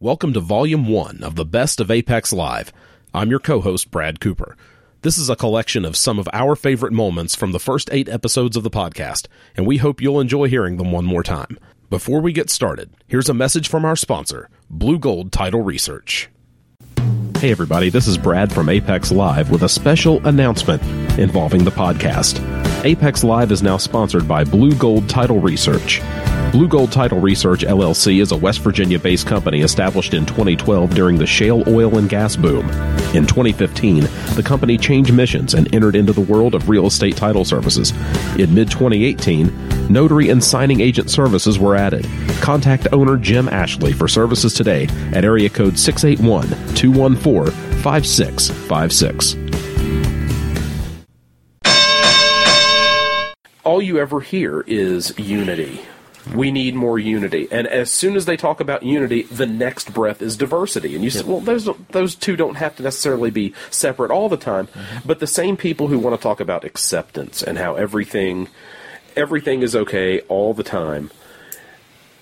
Welcome to Volume 1 of the Best of Apex Live. I'm your co host, Brad Cooper. This is a collection of some of our favorite moments from the first eight episodes of the podcast, and we hope you'll enjoy hearing them one more time. Before we get started, here's a message from our sponsor, Blue Gold Title Research. Hey, everybody, this is Brad from Apex Live with a special announcement involving the podcast. Apex Live is now sponsored by Blue Gold Title Research. Blue Gold Title Research LLC is a West Virginia based company established in 2012 during the shale oil and gas boom. In 2015, the company changed missions and entered into the world of real estate title services. In mid 2018, notary and signing agent services were added. Contact owner Jim Ashley for services today at area code 681 214 5656. all you ever hear is unity. We need more unity. And as soon as they talk about unity, the next breath is diversity. And you say, well, those, those two don't have to necessarily be separate all the time. Mm-hmm. But the same people who want to talk about acceptance and how everything, everything is okay all the time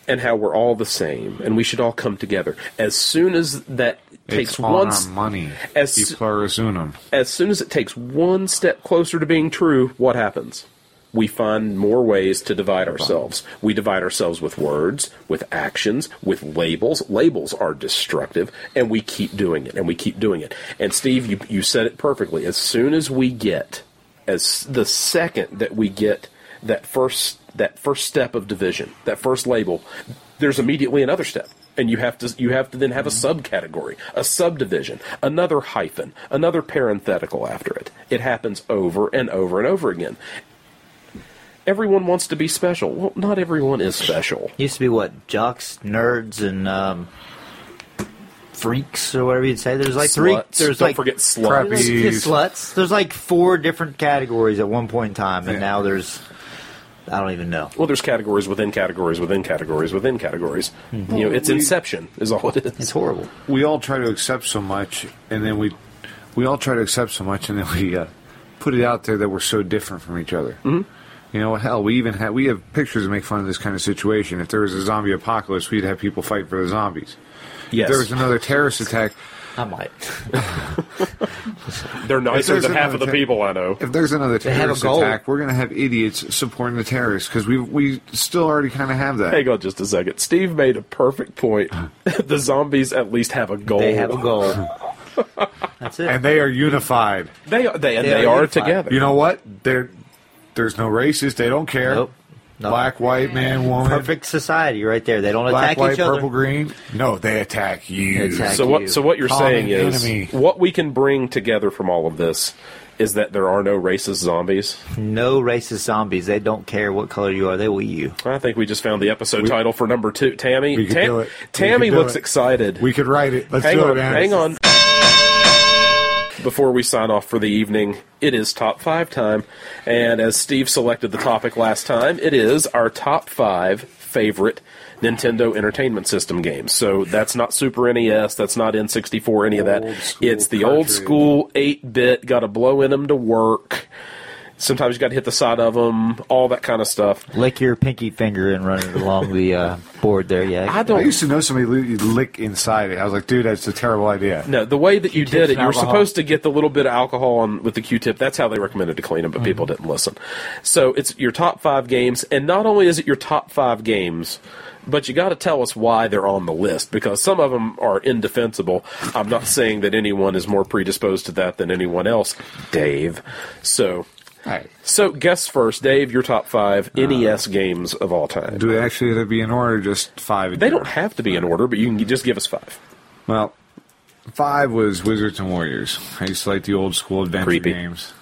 and how we're all the same and we should all come together. As soon as that takes it's on one our s- money. as- E pluribus unum. as soon as it takes one step closer to being true, what happens? We find more ways to divide ourselves. We divide ourselves with words, with actions, with labels. Labels are destructive, and we keep doing it, and we keep doing it. And Steve, you, you said it perfectly. As soon as we get, as the second that we get that first that first step of division, that first label, there's immediately another step. And you have to you have to then have a subcategory, a subdivision, another hyphen, another parenthetical after it. It happens over and over and over again. Everyone wants to be special. Well, not everyone is special. Used to be what jocks, nerds, and um, freaks, or whatever you'd say. There's like three. Sluts. There's Don't like forget sluts. There's, Crappies. yeah, sluts. There's like four different categories at one point in time, and Yeah. now there's. I don't even know. Well, there's categories within categories within categories within categories. Mm-hmm. You know, it's We- inception is all it is. It's horrible. We all try to accept so much, and then we, we all try to accept so much, and then we uh, put it out there that we're so different from each other. Mm-hmm. You know, hell, we even have we have pictures that make fun of this kind of situation. If there was a zombie apocalypse, we'd have people fight for the zombies. Yes, If there was another terrorist attack, I might. they're nicer there's than half of the another thing- people I know. If there's another have a terrorist goal. attack, we're going to have idiots supporting the terrorists because we we still already kind of have that. Hang on just a second. Steve made a perfect point. the zombies at least have a goal. They have a goal. That's it. And they are unified. They are, they, and They they are are unified. together. You know what? There, there's no races. They don't care. Nope. No. Black, white, man, woman. Perfect society right there. They don't Black, attack white, each other. purple, green. No, they attack you. They attack so you. what? So what you're Common saying is enemy. what we can bring together from all of this is that there are no racist zombies. No racist zombies. They don't care what color you are. They will eat you. I think we just found the episode title for number two. Tammy, We could Tam- do it. We Tammy could do looks it. excited. We could write it. Let's hang do on, it, man. hang on. Before we sign off for the evening, it is top five time, and as Steve selected the topic last time, it is our top five favorite Nintendo Entertainment System games. So that's not Super NES, that's not N64, any of that. Old school It's the old cartridge. school eight bit. Got to blow in them to work. Sometimes you got to hit the side of them, all that kind of stuff. Lick your pinky finger and run it along the uh, board there. Yeah. I I don't used to know somebody li- you'd lick inside it. I was like, dude, that's a terrible idea. No, the way that you Q-tips did it, and you were alcohol. supposed to get the little bit of alcohol on with the Q-tip. That's how they recommended to clean them, but people Mm-hmm. didn't listen. So it's your top five games, and not only is it your top five games, but you got to tell us why they're on the list because some of them are indefensible. I'm not saying that anyone is more predisposed to that than anyone else, Dave. So, All right. so guess first, Dave. Your top five NES games of all time. Uh, Do they actually have to be in order? or Just five. in They order? don't have to be in order, but you can just give us five. Well, five was Wizards and Warriors. I used to like the old school adventure Creepy. games.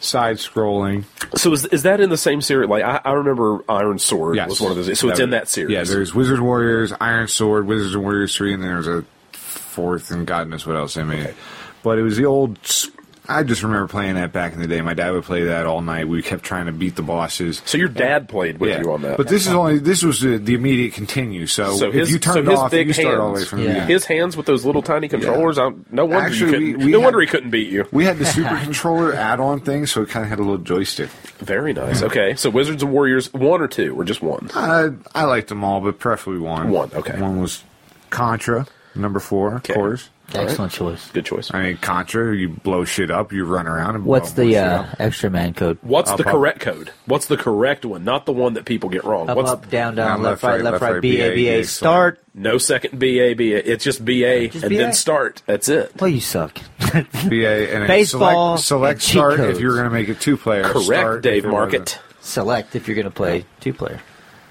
Side scrolling. So is, is that in the same series? Like I, I remember Iron Sword was one of those. So it's in that series. Yeah, there's Wizard Warriors, Iron Sword, Wizards and Warriors 3, and then there's a fourth, and God knows what else they made. But it was the old. s- I just remember playing that back in the day. My dad would play that all night. We kept trying to beat the bosses. so your dad played with you on that. But this is only this was the, the immediate continue. So, so his if you so turned his off, big you start hands, all the way from the Yeah. beginning. his hands with those little tiny controllers. I don't- no wonder Actually, you couldn't, we- we no wonder had- he couldn't beat you. We had the super controller add-on thing, so it kind of had a little joystick. Very nice. Okay, so Wizards and Warriors one or two or just one. Uh, I I liked them all, but preferably one. One, okay. One was Contra. number four, Okay. of course. All right. Excellent choice. Good choice. I mean, Contra, you blow shit up, you run around and What's blow the shit uh, up. extra man code? What's Up, the up. correct code? What's the correct one? Not the one that people get wrong. Up, What's up, down, down, Down, left, right, left, right, B, A, B, BA, A, so- start. no second BA BA. It's just BA Just and BA. then start. That's it. Well, you suck. BA and then Baseball and select, select cheat start codes. if you're going to make it two player. Correct, start if Dave it Market. wasn't. Select if you're going to play two player.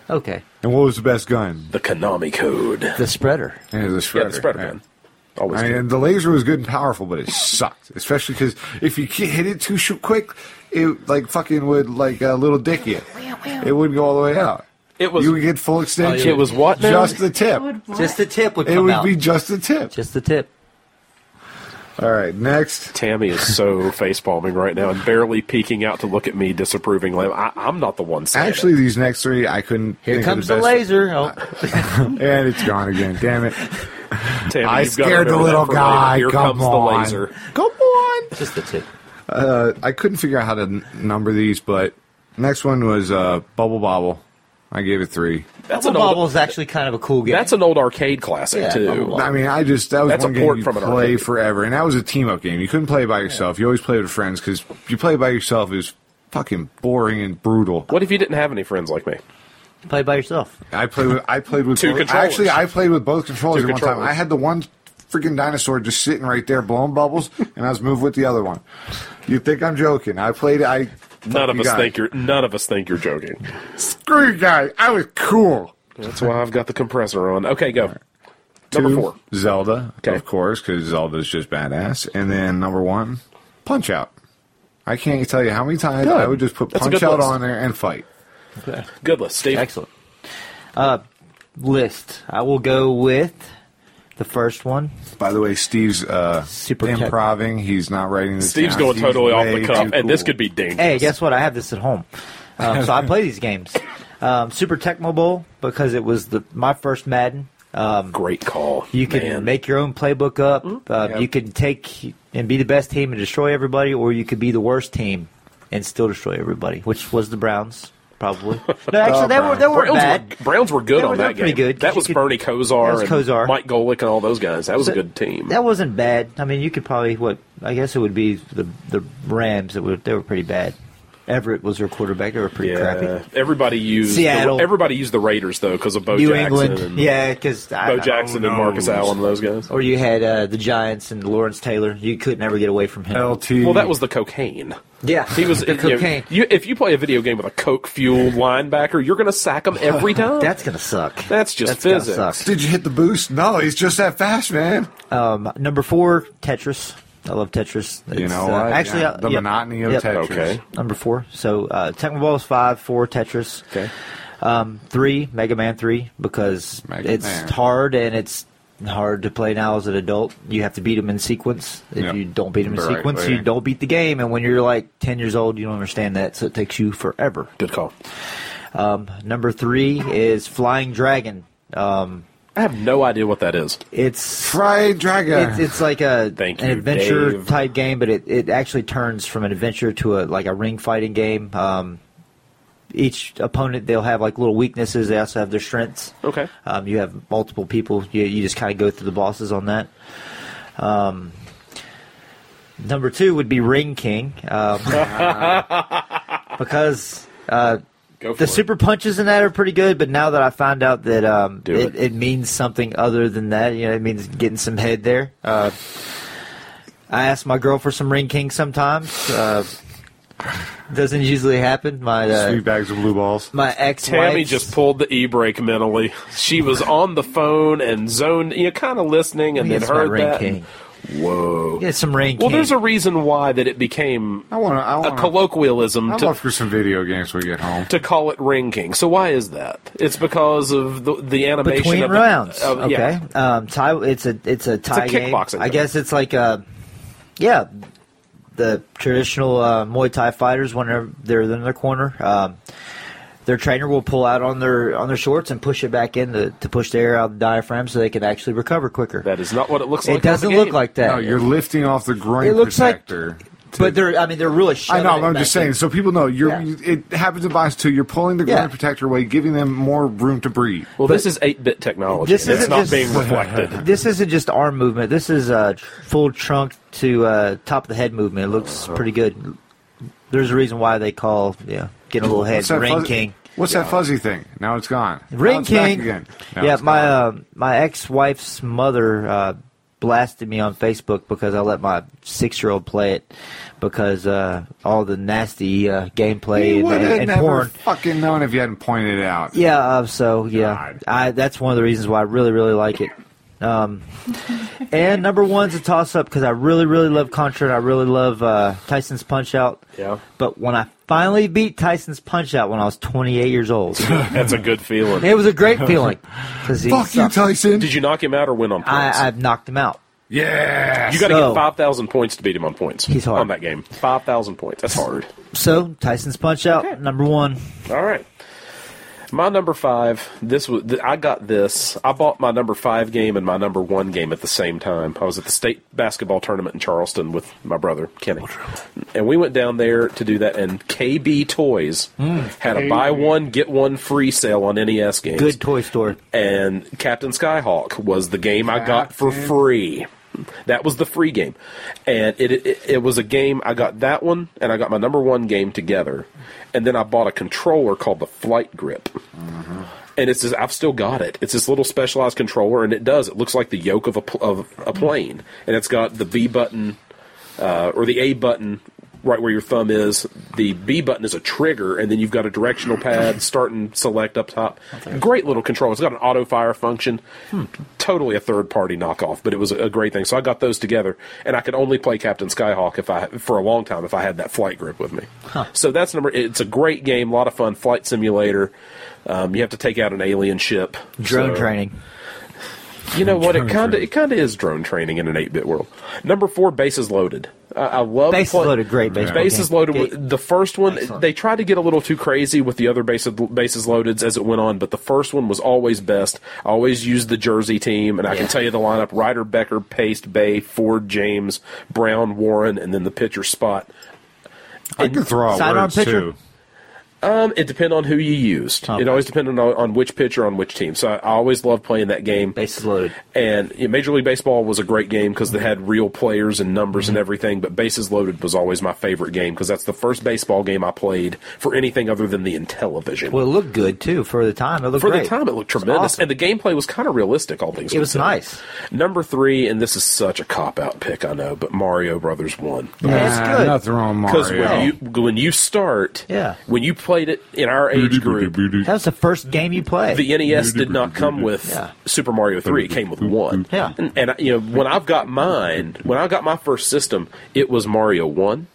Okay. And what was the best gun? The Konami code. The spreader. Yeah, the yeah, spreader. the spread yeah. gun. Always. I good. mean, the laser was good and powerful, but it sucked. Especially because if you ki- hit it too sh- quick, it like fucking would like a little dick you. It wouldn't go all the way out. It Oh, was- you would get full extension. It was what now? Just the tip. Just the tip would It come would out. be just the tip. Just the tip. all right, next. Tammy is so face palming right now and barely peeking out to look at me disapprovingly. I, I'm not the one saying Actually, these next three I couldn't. Here think comes of the, the, best- laser. Oh, and it's gone again. Damn it! it. Tammy, I you've gotta scared the remember that little for later. guy. Here Come comes on. the laser. Come on. just the tip. Uh, I couldn't figure out how to n- number these, but next one was uh, Bubble Bobble. I gave it three. That's an Bubble Bobble old. is actually kind of a cool game. That's an old arcade classic Yeah, Bubble too. Bobble. I mean, I just that was That's one a game port you from an play arcade. forever, and that was a team up game. You couldn't play by yourself. You always played with friends because you play by yourself is fucking boring and brutal. What if you didn't have any friends like me? Play by yourself. I played with I played with Two both, controllers. actually I played with both controllers Two at one time. controllers. I had the one freaking dinosaur just sitting right there blowing bubbles, and I was moving with the other one. You think I'm joking? I played. I None of you us guys. think you're. None of us think you're joking. screw you guys. I was cool. That's why I've got the compressor on. Okay, go. Number Two, four. Zelda, Okay. of course, because Zelda's just badass. And then number one, Punch Out. I can't tell you how many times I would just put That's a Punch good Out list. on there and fight. Good list, Steve. Excellent. a Uh, list. I will go with the first one. By the way, Steve's uh, Super tech- improving. He's not writing this. Steve's down. going totally off way the cuff, too and this cool. could be dangerous. Hey, guess what? I have this at home, um, so I play these games. Um, Super Tecmo Bowl because it was the my first Madden. Um, Great call. you can man. Mm-hmm. make your own playbook up. Uh, Yep. You can take and be the best team and destroy everybody, or you could be the worst team and still destroy everybody, which was the Browns probably. No, actually, they were they Browns were bad. were, Browns were good They were- on they that were pretty game. good. That You was could- Bernie Kosar, that was Kosar. and Mike Golick, and all those guys. That was a So, good team. That wasn't bad. I mean, you could probably what I guess it would be the the Rams that were they were pretty bad. Everett was their quarterback. They were pretty yeah. crappy. Everybody used Seattle. The, everybody used the Raiders though because of Bo New Jackson. England, and, yeah, because Bo Jackson and Marcus knows? Allen, those guys. or you had uh, the Giants and Lawrence Taylor. You could never get away from him. LT. Well, that was the cocaine. Yeah, He was the you know, cocaine. you, if you play a video game with a coke fueled linebacker, you're going to sack him every time. That's gonna suck. That's just gonna physics. suck. Did you hit the boost? No, he's just that fast, man. Um, number four, Tetris. I love Tetris. you It's, know uh, what? Actually, Yeah, uh, the yep. monotony of Yep. Tetris. Okay. Number four. So uh, Tecmo Bowl is five, four Tetris. Okay. Um, three Mega Man three because Mega it's Man. hard and it's hard to play now as an adult. You have to beat them in sequence. If Yep. you don't beat them in Right, sequence, right. you don't beat the game. And when you're like ten years old, you don't understand that, so it takes you forever. Good call. Um, number three is Flying Dragon. Um, I have no idea what that is. it's Fried Dragon. it's, it's like a Thank an you, adventure Dave. type game, but it, it actually turns from an adventure to a like a ring fighting game. Um, each opponent they'll have like little weaknesses. They also have their strengths. Okay. Um, you have multiple people. You, you just kind of go through the bosses on that. Um, number two would be Ring King, um, because uh, Go for the it. super punches in that are pretty good, but now that I find out that um, Do it. it, it means something other than that, you know, it means getting some head there. Uh, I ask my girl for some ring king sometimes. Uh, doesn't usually happen. My uh, Sweet bags of blue balls. my ex Tammy just pulled the e brake mentally. She was on the phone and zoned, you know, kind of listening, and then gets my heard ring that. king. Whoa. Get some ring Well, king. there's a reason why that it became I want to. I a want to. colloquialism I'm to, up for some video games when we get home. to call it ring king. So why is that? It's because of the, the animation between of the- rounds. of- okay, yeah. um, tie. It's a it's a tie game. kickboxing I thing. guess it's like a yeah, the traditional uh, Muay Thai fighters whenever they're in their corner. Um, their trainer will pull out on their on their shorts and push it back in to, to push the air out of the diaphragm so they can actually recover quicker. That is not what it looks like. it on the doesn't look game. like that. No, you're lifting off the groin It looks like- protector. to- But they're, I mean, they're really. I know. shoving it I'm back just saying, in. so people know you're. Yeah. It happens in Bios too. You're pulling the Yeah. ground protector away, giving them more room to breathe. Well, this is eight bit technology. This it's isn't not just- being reflected. This isn't just arm movement. This is uh, full trunk to uh, top of the head movement. It looks Uh-huh. pretty good. There's a reason why they call yeah, getting a little head ring fuzzy, king. What's that fuzzy thing? Now it's gone. Now Ring it's back King. again. Now yeah, it's my gone. uh, my ex wife's mother uh, blasted me on Facebook because I let my six year old play it because uh, all the nasty uh, gameplay you would and, have and, and never porn. fucking known if you hadn't pointed it out. Yeah, uh, so yeah, God. I, that's one of the reasons why I really really like it. Um, and number one's a toss up because I really really love Contra and I really love uh, Tyson's Punch Out. Yeah. But when I finally beat Tyson's Punch Out when I was 28 years old, That's a good feeling. it was a great feeling. 'cause he Fuck you, sucked. Tyson. Did you knock him out or win on points? I, I've knocked him out. yeah. you got to so- get five thousand points to beat him on points. He's hard. on that game. Five thousand points. That's hard. So Tyson's punch out Okay. number one. All right. My number five. This was th- I got this. I bought my number five game and my number one game at the same time. I was at the state basketball tournament in Charleston with my brother Kenny, and we went down there to do that. And KB Toys had a buy one get one free sale on NES games. Good toy store. and Captain Skyhawk was the game I got for Captain. free. That was the free game, and it, it it was a game I got that one, and I got my number one game together, and then I bought a controller called the Flight Grip, and it's just, I've still got it. It's this little specialized controller, and it does it looks like the yoke of a pl- of a plane, and it's got the B button uh, or the A button right where your thumb is. The B button is a trigger, and then you've got a directional pad, start and select up top. Great little control. It's got an auto fire function. Totally a third party knockoff, but it was a great thing. So I got those together, and I could only play Captain Skyhawk if I for a long time if I had that flight grip with me. So that's number. It's a great game, a lot of fun. Flight simulator. Um, you have to take out an alien ship. Drone So- training. you know what? It Drone kind of training. it kind of is drone training in an eight bit world. Number four, bases loaded. I, I love Bases Loaded, great baseball Bases game. loaded. Ga- with- The first one they tried to get a little too crazy with the other bases bases loadeds as it went on, but the first one was always best. I always used the Jersey team, and I can tell you the lineup: Ryder, Becker, Paste, Bay, Ford, James, Brown, Warren, and then the pitcher spot. I can throw out Sidearm words pitcher? too. Um, it depends on who you used. Oh, Okay. It always depended on, on which pitcher on which team. So I, I always loved playing that game. Bases loaded. And you know, Major League Baseball was a great game because they had real players and numbers Mm-hmm. and everything. But bases loaded was always my favorite game because that's the first baseball game I played for anything other than the Intellivision. Well, it looked good too for the time. It looked for great. the time, it looked tremendous, awesome. and the gameplay was kind of realistic. All things It was considered. nice. Number three, and this is such a cop out pick, I know, but Mario Brothers one. Yeah, it's Nah, good. Nothing wrong with Because Mario. when you when you start, Yeah. when you played it in our age group, That was the first game you played. the NES did not come with Yeah. Super Mario 3. It came with one. Yeah. And, and I, you know, when I've got mine, when I got my first system, it was Mario 1,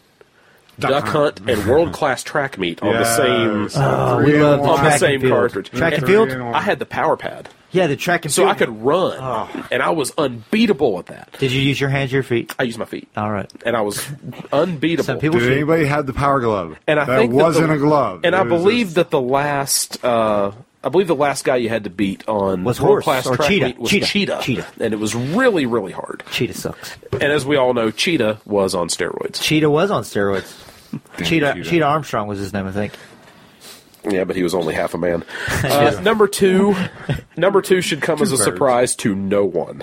Duck, Hunt, and World Class Track Meet on the Yes. same Oh, Three we in loved one. on the track same and field. cartridge. Track and And field. Three in one. I had the power pad, Yeah, the track and so field. I could run, and I was unbeatable at that. Did you use your hands, or your feet? I used my feet, All right. and I was unbeatable. Some people Did should. anybody have the power glove? and I that think that wasn't the- a glove. And I It was believe just- that the last, uh, I believe the last guy you had to beat on Was World Class Horse or Track Cheetah. Meet was Cheetah. Cheetah, Cheetah. and it was really, really hard. Cheetah sucks. And as we all know, Cheetah was on steroids. Cheetah was on steroids. Cheetah, Cheetah. Cheetah Armstrong was his name, I think. Yeah, but he was only half a man. Uh, number two, number two should come as a birds. surprise to no one.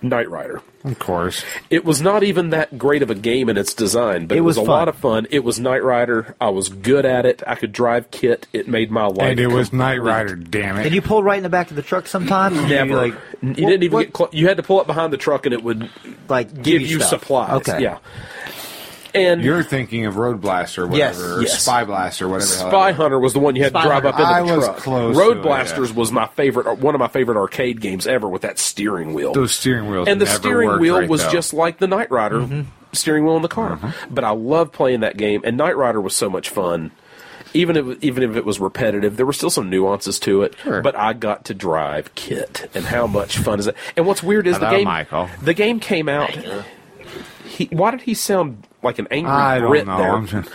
Knight Rider. of course, It was not even that great of a game in its design, but It it was, was a lot fun. of fun. It was Knight Rider. I was good at it. I could drive Kit. It made my life. and it was Knight complete. Rider. Damn it! And you pulled right in the back of the truck sometimes. and Never. You, like, you didn't even get close. You had to pull up behind the truck, and it would like give you stuff. supplies. Okay. Yeah. And You're thinking of Road Blaster, or Yes, whatever, or yes. Spy Blaster, or whatever. the hell Spy that was. Hunter was the one you had Spy to drive Hunter. up I into the was truck. close to Road it, Blasters yeah. was my favorite, or one of my favorite arcade games ever with that steering wheel. Those steering wheels and the never steering worked wheel right, was though. Mm-hmm. just like the Knight Rider steering wheel in the car. But I loved playing that game, and Knight Rider was so much fun. Even if even if it was repetitive, there were still some nuances to it. But I got to drive Kit, and how much fun is that? And what's weird is the Hello, game. Michael. The game came out. He, why did he sound like an angry I don't Brit know. there? I'm just,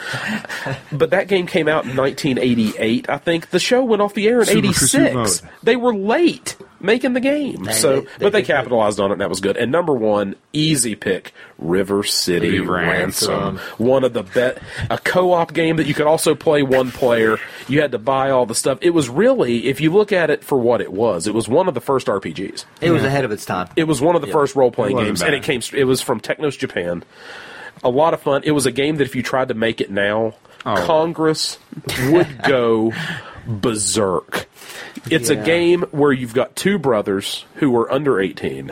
But that game came out in 1988, I think. The show went off the air in Super Pursuit 86. Mode. They were late. making the game. They- so, they- but they they capitalized on it, and that was good. And number one, easy pick, River City City Ransom. Ransom. One of the bet, a co-op game that you could also play one player. You had to buy all the stuff. It was really, if you look at it for what it was, it was one of the first RPGs. It was ahead of its time. It was one of the first role playing It wasn't games, bad. and it came. It was from Technos Japan. A lot of fun. It was a game that if you tried to make it now, Oh. Congress would go berserk. It's Yeah. a game where you've got two brothers who are under eighteen.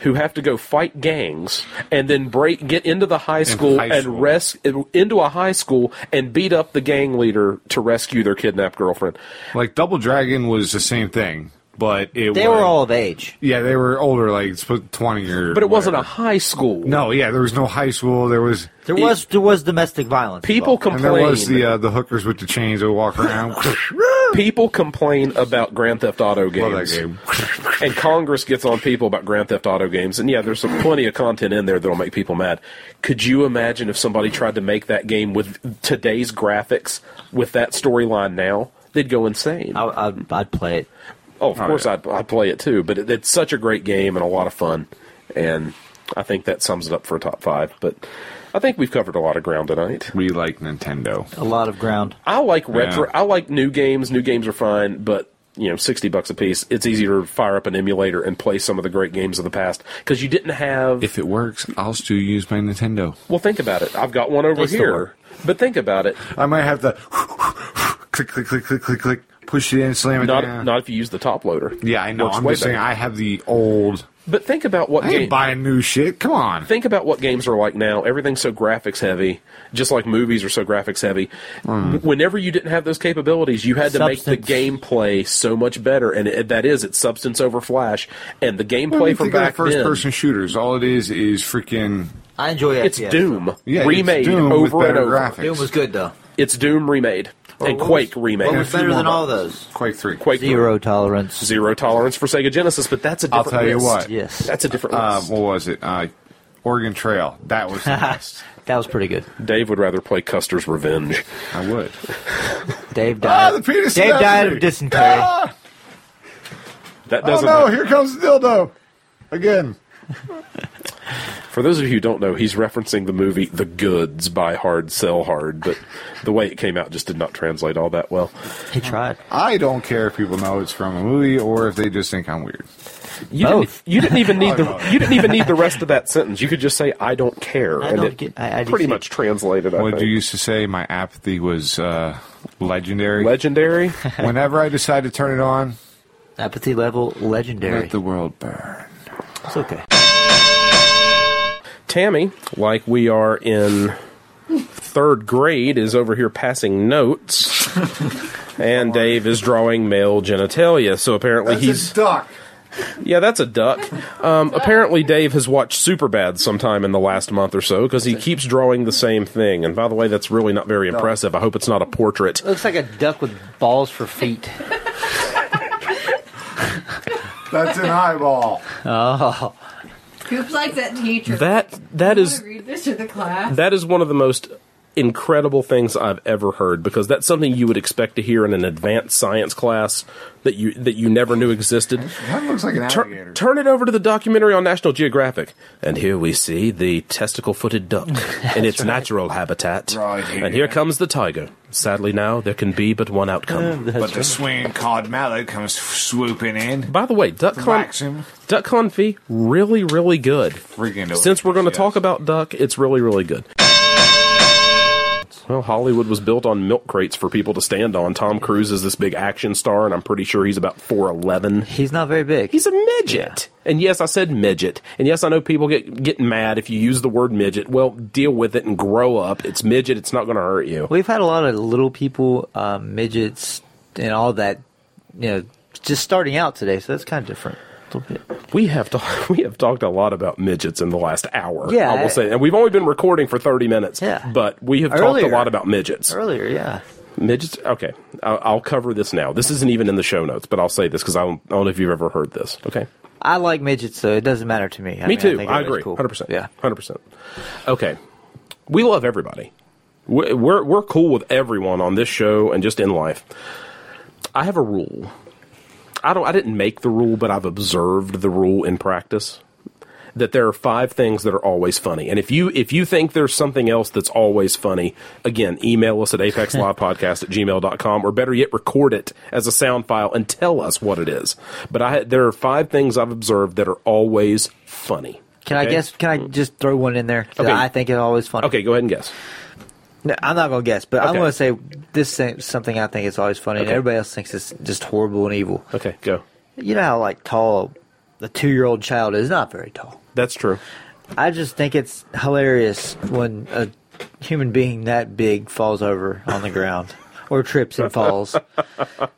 Who have to go fight gangs and then break, get into the high school high school. and res- into a high school and beat up the gang leader to rescue their kidnapped girlfriend. Like Double Dragon was the same thing, but it They was, were all of age. yeah they were older, like sp- twenty or But it wasn't a whatever. high school. no yeah there was no high school there was There was there was domestic violence. people involved. and complain. there was the uh, the hookers with the chains that would walk around. people complain about Grand Theft Auto Love that games, game. and Congress gets on people about Grand Theft Auto games. And yeah, there's some, plenty of content in there that'll make people mad. Could you imagine if somebody tried to make that game with today's graphics, with that storyline now? They'd go insane. I, I'd, I'd play it. oh, of Oh, course, yeah. I'd, I'd play it too. But it, it's such a great game and a lot of fun, and I think that sums it up for a top five. But I think we've covered a lot of ground tonight. We like Nintendo. A lot of ground. I like retro. Yeah. I like new games. New games are fine, but you know, sixty bucks a piece. It's easier to fire up an emulator and play some of the great games of the past because you didn't have. If it works, I'll still use my Nintendo. well, think about it. I've got one over They still here, work. but think about it. I might have to click, click, click, click, click, click, push it in, slam it Not down. not if you use the top loader. Oh, yeah, I know. Works I'm way just saying better. I have the old. But think about what I ain't game. buying new shit. Come on. Think about what games are like now. Everything's so graphics heavy, just like movies are so graphics heavy. Hmm. Whenever you didn't have those capabilities, you had to make Substance. the gameplay so much better, and it, that is it's substance over flash. And the gameplay Well, you from think of the back first then, person shooters. All it is is freaking I enjoy it. It's E Doom yeah, it's remade Doom with over and better over. graphics. Doom was good though. It's Doom remade and Quake remade. What And was a few better more than all buttons. those? Quake three. Quake Zero tolerance. zero tolerance for Sega Genesis, but that's a I'll different. tell you list. what. Yes. that's a different Uh, list. what was it? Uh, Oregon Trail. That was the best. That was pretty good. Dave would rather play Custer's Revenge. I would. Dave Ah, died. Ah, the penis Dave snapped died me. of dysentery. Ah! That Oh doesn't. no! Here comes the dildo. Again. For those of you who don't know, he's referencing the movie The Goods by Hard Sell Hard, but the way it came out just did not translate all that well. He tried. I don't care if people know it's from a movie or if they just think I'm weird. You Both. Didn't, you didn't even need the. You didn't even need the rest of that sentence. You could just say "I don't care," I and don't it get- I- I just pretty see- much translated. I What think. you used to say? My apathy was uh, legendary. Legendary. Whenever I decide to turn it on, Apathy level legendary. let the world burn. It's okay. Tammy, like we are in third grade, is over here passing notes, and Dave is drawing male genitalia. So apparently he's duck. yeah, that's a duck. Um, apparently Dave has watched Superbad sometime in the last month or so because he keeps drawing the same thing. And by the way, that's really not very impressive. I hope it's not a portrait. Looks like a duck with balls for feet. That's an eyeball. Oh. Who's like that teacher? That that I want is to read this to the class. that is one of the most incredible things I've ever heard because that's something you would expect to hear in an advanced science class that you that you never knew existed. That looks like an alligator. Tur- turn it over to the documentary on National Geographic. And here we see the testicle-footed duck in its natural habitat. Right here. And here comes the tiger. Sadly now, there can be but one outcome. but the swinging cod mallow comes swooping in. By the way, duck Wax con- him. duck confit, really, really good. Freaking Since we're going to delicious, talk yes. about duck, it's really, really good. Well, Hollywood was built on milk crates for people to stand on. Tom Cruise is this big action star, and I'm pretty sure he's about 4'11. He's not very big. He's a midget. And yes, I said midget. And yes, I know people get get mad if you use the word midget. Well, deal with it and grow up. It's midget. It's not going to hurt you. We've had a lot of little people, uh, midgets, and all that. You know, just starting out today, so that's kind of different. A little bit. We have talked we have talked a lot about midgets in the last hour. Yeah, I will I- say, and we've only been recording for thirty minutes. Yeah. but we have Earlier. talked a lot about midgets. Earlier, yeah. Midgets. Okay, I'll, I'll cover this now. This isn't even in the show notes, but I'll say this because I, don't- I don't know if you've ever heard this. Okay. I like midgets, so it doesn't matter to me. I Me mean, too. think I, everybody's agree. cool. Hundred percent. Yeah. Hundred percent. Okay. We love everybody. We're, we're we're cool with everyone on this show and just in life. I have a rule. I don't I didn't make the rule, but I've observed the rule in practice that there are five things that are always funny. And if you if you think there's something else that's always funny, again, email us at apexlivepodcast at gmail.com or better yet record it as a sound file and tell us what it is. But I there are five things I've observed that are always funny. Can I Okay? Mm. guess? Can I just throw one in there? 'Cause Okay. I think it's always funny. Okay, go ahead and guess. No, I'm not gonna guess, but I'm Okay. gonna say this thing, something I think is always funny, and Okay. everybody else thinks it's just horrible and evil. Okay, go. You know how like tall a two year old child is? Not very tall. That's true. I just think it's hilarious when a human being that big falls over on the ground or trips and falls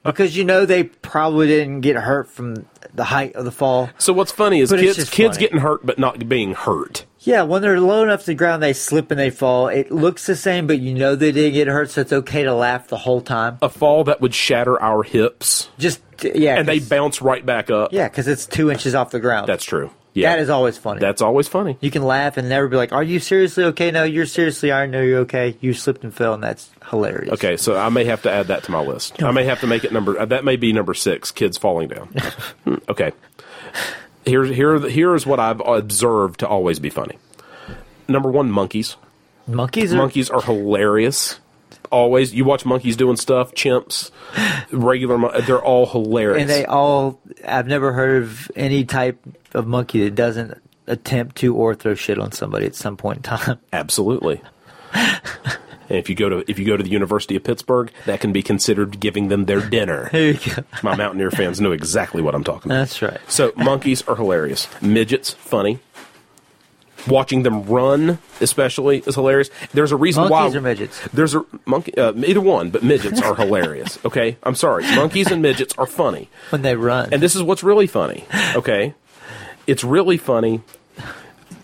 because you know they probably didn't get hurt from the height of the fall. So what's funny is But it's kids just kids funny. getting hurt but not being hurt. Yeah, when they're low enough to the ground, they slip and they fall. It looks the same, but you know they didn't get hurt, so it's okay to laugh the whole time. A fall that would shatter our hips Just yeah, and they 'cause- bounce right back up. yeah, because it's two inches off the ground. That's true. Yeah. That is always funny. That's always funny. you can laugh and never be like, "Are you seriously okay?" No, you're seriously. I know you're okay. You slipped and fell, and that's hilarious. Okay, so I may have to add that to my list. I may have to make it number. uh, That may be number six. Kids falling down. Hmm, okay. Here's here are the- here is what I've observed to always be funny. Number one, monkeys. monkeys are Monkeys are hilarious. Always, you watch monkeys doing stuff. Chimps, regular. Mon- they're all hilarious. and they all. I've never heard of any type of monkey that doesn't attempt to or throw shit on somebody at some point in time. Absolutely. and if you go to if you go to the University of Pittsburgh, that can be considered giving them their dinner. There you go. My Mountaineer fans know exactly what I'm talking about. That's right. So monkeys are hilarious. Midgets, funny. Watching them run, especially, is hilarious. There's a reason why Monkeys or midgets? There's a monkey, uh, either one, but midgets are hilarious. Okay, I'm sorry. Monkeys and midgets are funny, When they run, and this is what's really funny. Okay, it's really funny.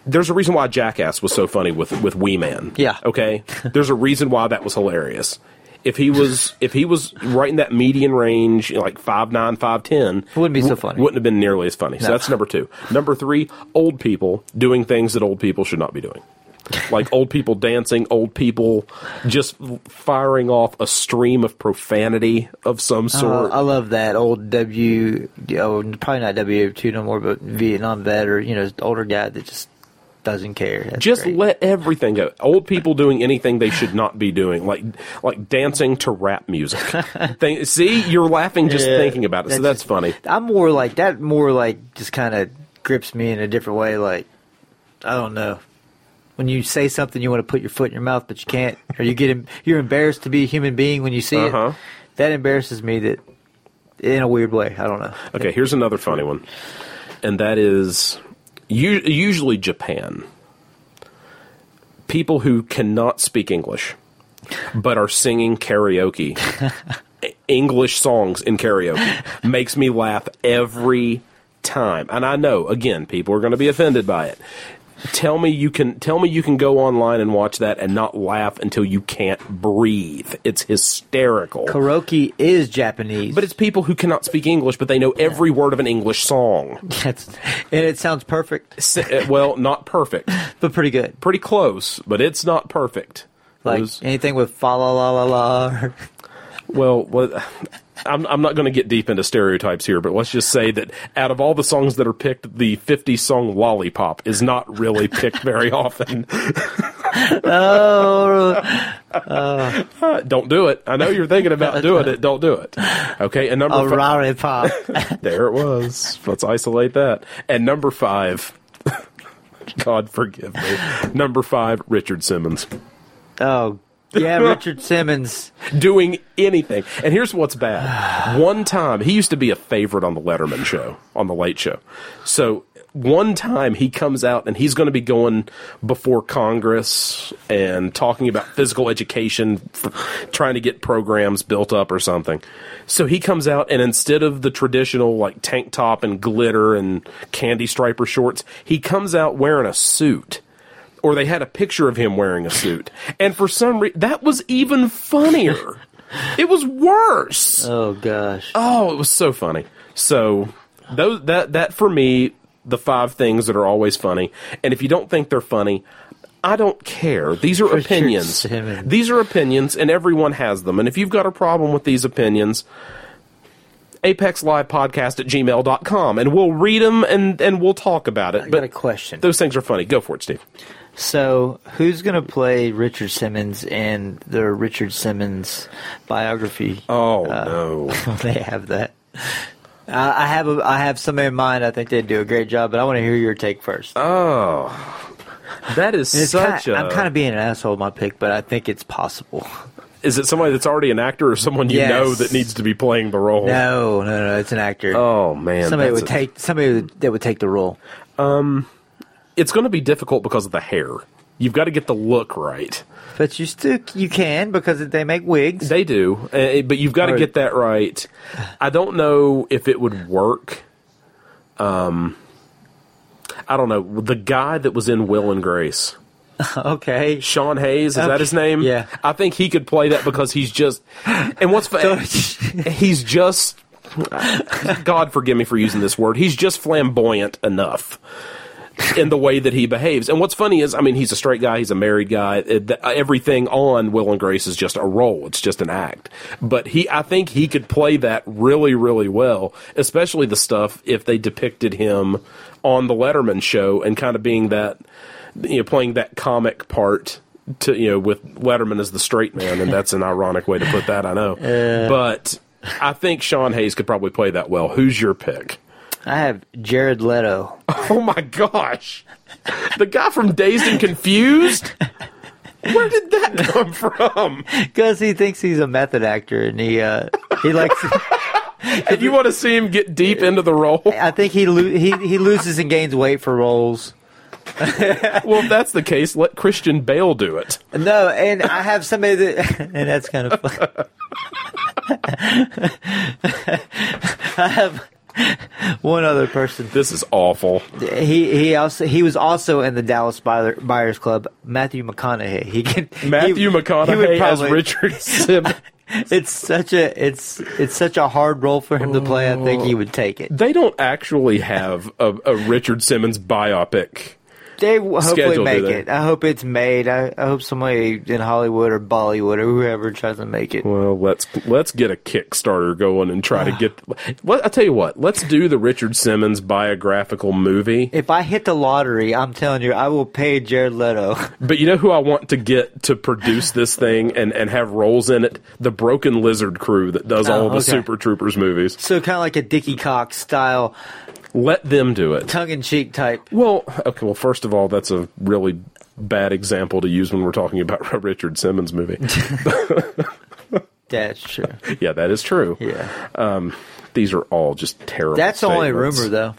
There's a reason why Jackass was so funny with with Wee Man. Yeah. Okay. There's a reason why that was hilarious. If he was if he was right in that median range, you know, like five nine, five ten, It wouldn't be so funny. Wouldn't have been nearly as funny. So No. that's number two. Number three, old people doing things that old people should not be doing. Like old people dancing, old people just firing off a stream of profanity of some Uh, sort. I love that old W, oh, probably not W two no more, but Vietnam vet or you know older guy that just doesn't care. That's just great. let everything go. Old people doing anything they should not be doing, like like dancing to rap music. Thing, see, you're laughing just Yeah. thinking about it, so that's just- funny. I'm more like that. More like just kind of grips me in a different way. Like I don't know. When you say something, you want to put your foot in your mouth, but you can't, or you get em- you're embarrassed to be a human being when you see Uh-huh. it. That embarrasses me. That in a weird way. I don't know. Okay, here's another funny one, and that is u- usually Japan. People who cannot speak English but are singing karaoke, English songs in karaoke, makes me laugh every time. And I know, again, people are going to be offended by it. Tell me you can tell me you can go online and watch that and not laugh until you can't breathe. It's hysterical. Karaoke is Japanese, But it's people who cannot speak English, but they know every word of an English song. That's- and it sounds perfect, S- uh, well, not perfect. but pretty good. Pretty close, but it's not perfect. Like Those- anything with fa la la la la. or- well, what- I'm, I'm not going to get deep into stereotypes here, but let's just say that out of all the songs that are picked, the 50 song Lollipop is not really picked very often. Oh, Don't do it. I know you're thinking about doing it. Don't do it. Okay, and number a fi- rare pop. There it was. Let's isolate that. And number five, God forgive me. Number five, Richard Simmons. Oh, yeah, Richard Simmons. Doing anything. And here's what's bad. One time, he used to be a favorite on the Letterman show, on the late show. So one time he comes out and he's going to be going before Congress and talking about physical education, f trying to get programs built up or something. So he comes out and instead of the traditional like tank top and glitter and candy striper shorts, he comes out wearing a suit or they had a picture of him wearing a suit. And for some reason, that was even funnier. it was worse. Oh gosh. Oh, it was so funny. So those that that for me, the five things that are always funny. And if you don't think they're funny, I don't care. These are Richard opinions. Simmons. These are opinions, and everyone has them. And if you've got a problem with these opinions, apexlivepodcast at gmail.com, and we'll read them and, and we'll talk about it. I got a But question. those things are funny. Go for it, Steve. So, who's going to play Richard Simmons in the Richard Simmons biography? Oh, Uh, no. they have that. I I have a, I have somebody in mind. I think they do a great job, but I want to hear your take first. Oh. That is It's such kinda- a. Oh. I'm kind of being an asshole with my pick, but I think it's possible. Is it somebody that's already an actor or someone you Yes. know that needs to be playing the role? No, no, no, it's an actor. Oh, man. somebody that's would a- take somebody would- that would take the role. It's going to be difficult because of the hair. You've got to get the look right. But you still you can because they make wigs. They do, eh, but you've got to Right. get that right. I don't know if it would work. Um, I don't know the guy that was in Will and Grace, okay, Sean Hayes. Is Okay. that his name? Yeah. I think he could play that because he's just. And what's fa- he's just. God forgive me for using this word. He's just flamboyant enough in the way that he behaves. And what's funny is, I mean, he's a straight guy, he's a married guy. It- th- uh, Everything on Will and Grace is just a role, it's just an act. But he, I think he could play that really, really well, especially the stuff if they depicted him on the Letterman show and kind of being that, you know, playing that comic part. To you know, with Letterman as the straight man, and that's an ironic way to put that. I know, but I think Sean Hayes could probably play that well. Who's your pick? I have Jared Leto. Oh my gosh. The guy from Dazed and Confused? Where did that come from? Because he thinks he's a method actor, and he uh, he likes. And you want to see him get deep into the role? I think he lo- he he loses and gains weight for roles. Well, if that's the case, let Christian Bale do it. No, and I have somebody that, and that's kind of fun. I have one other person. This is awful. He he also he was also in the Dallas Buyer- Buyers Club. Matthew McConaughey. He can he- he Matthew would McConaughey as probably- Richard Simmons. It's such a it's it's such a hard role for him to play. I think he would take it. They don't actually have a, a Richard Simmons biopic. They will hopefully Scheduled, do make they? it. I hope it's made. I, I hope somebody in Hollywood or Bollywood or whoever tries to make it. Well, let's let's get a Kickstarter going and Ah. try to get. Well, I tell you what, let's do the Richard Simmons biographical movie. If I hit the lottery, I'm telling you, I will pay Jared Leto. But you know who I want to get to produce this thing and, and have roles in it? The Broken Lizard crew that does all Oh, the okay. Super Troopers movies. So kind of like a Dickie Cox style, Let them do it. tongue in cheek type. Well, okay, well, first of all, that's a really bad example to use when we're talking about a Richard Simmons movie. That's true. yeah, that is true. Yeah, These are all just terrible. that's the only statements. rumor though.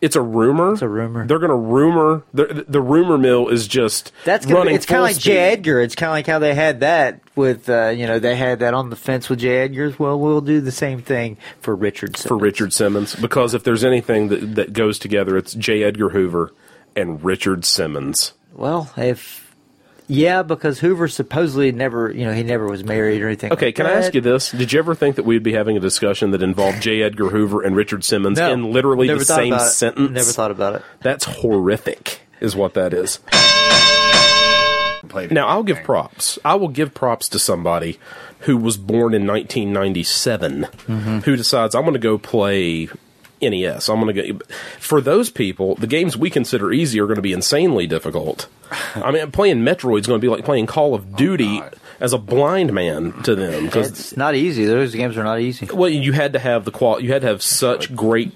It's a rumor. It's a rumor. They're going to rumor. The, the rumor mill is just That's gonna be, running. it's kind of like speed. J. Edgar. It's kind of like how they had that with uh, you know they had that on the fence with J. Edgar's. Well, we'll do the same thing for Richardson. for Richard Simmons because if there's anything that, that goes together, it's J. Edgar Hoover and Richard Simmons. Well, if yeah, because Hoover supposedly never you know he never was married or anything. Okay, like can I that. ask you this? Did you ever think that we'd be having a discussion that involved J. Edgar Hoover and Richard Simmons No. in literally Never the thought same about it. sentence? Never thought about it. That's horrific, is what that is. Played it. Now, I'll give props. I will give props to somebody who was born in 1997 who decides, I'm going to go play NES. I'm going to go. For those people, the games we consider easy are going to be insanely difficult. I mean, playing Metroid's going to be like playing Call of Duty as a blind man to them because It's not easy. Those games are not easy. well, you had to have the qual you had to have such great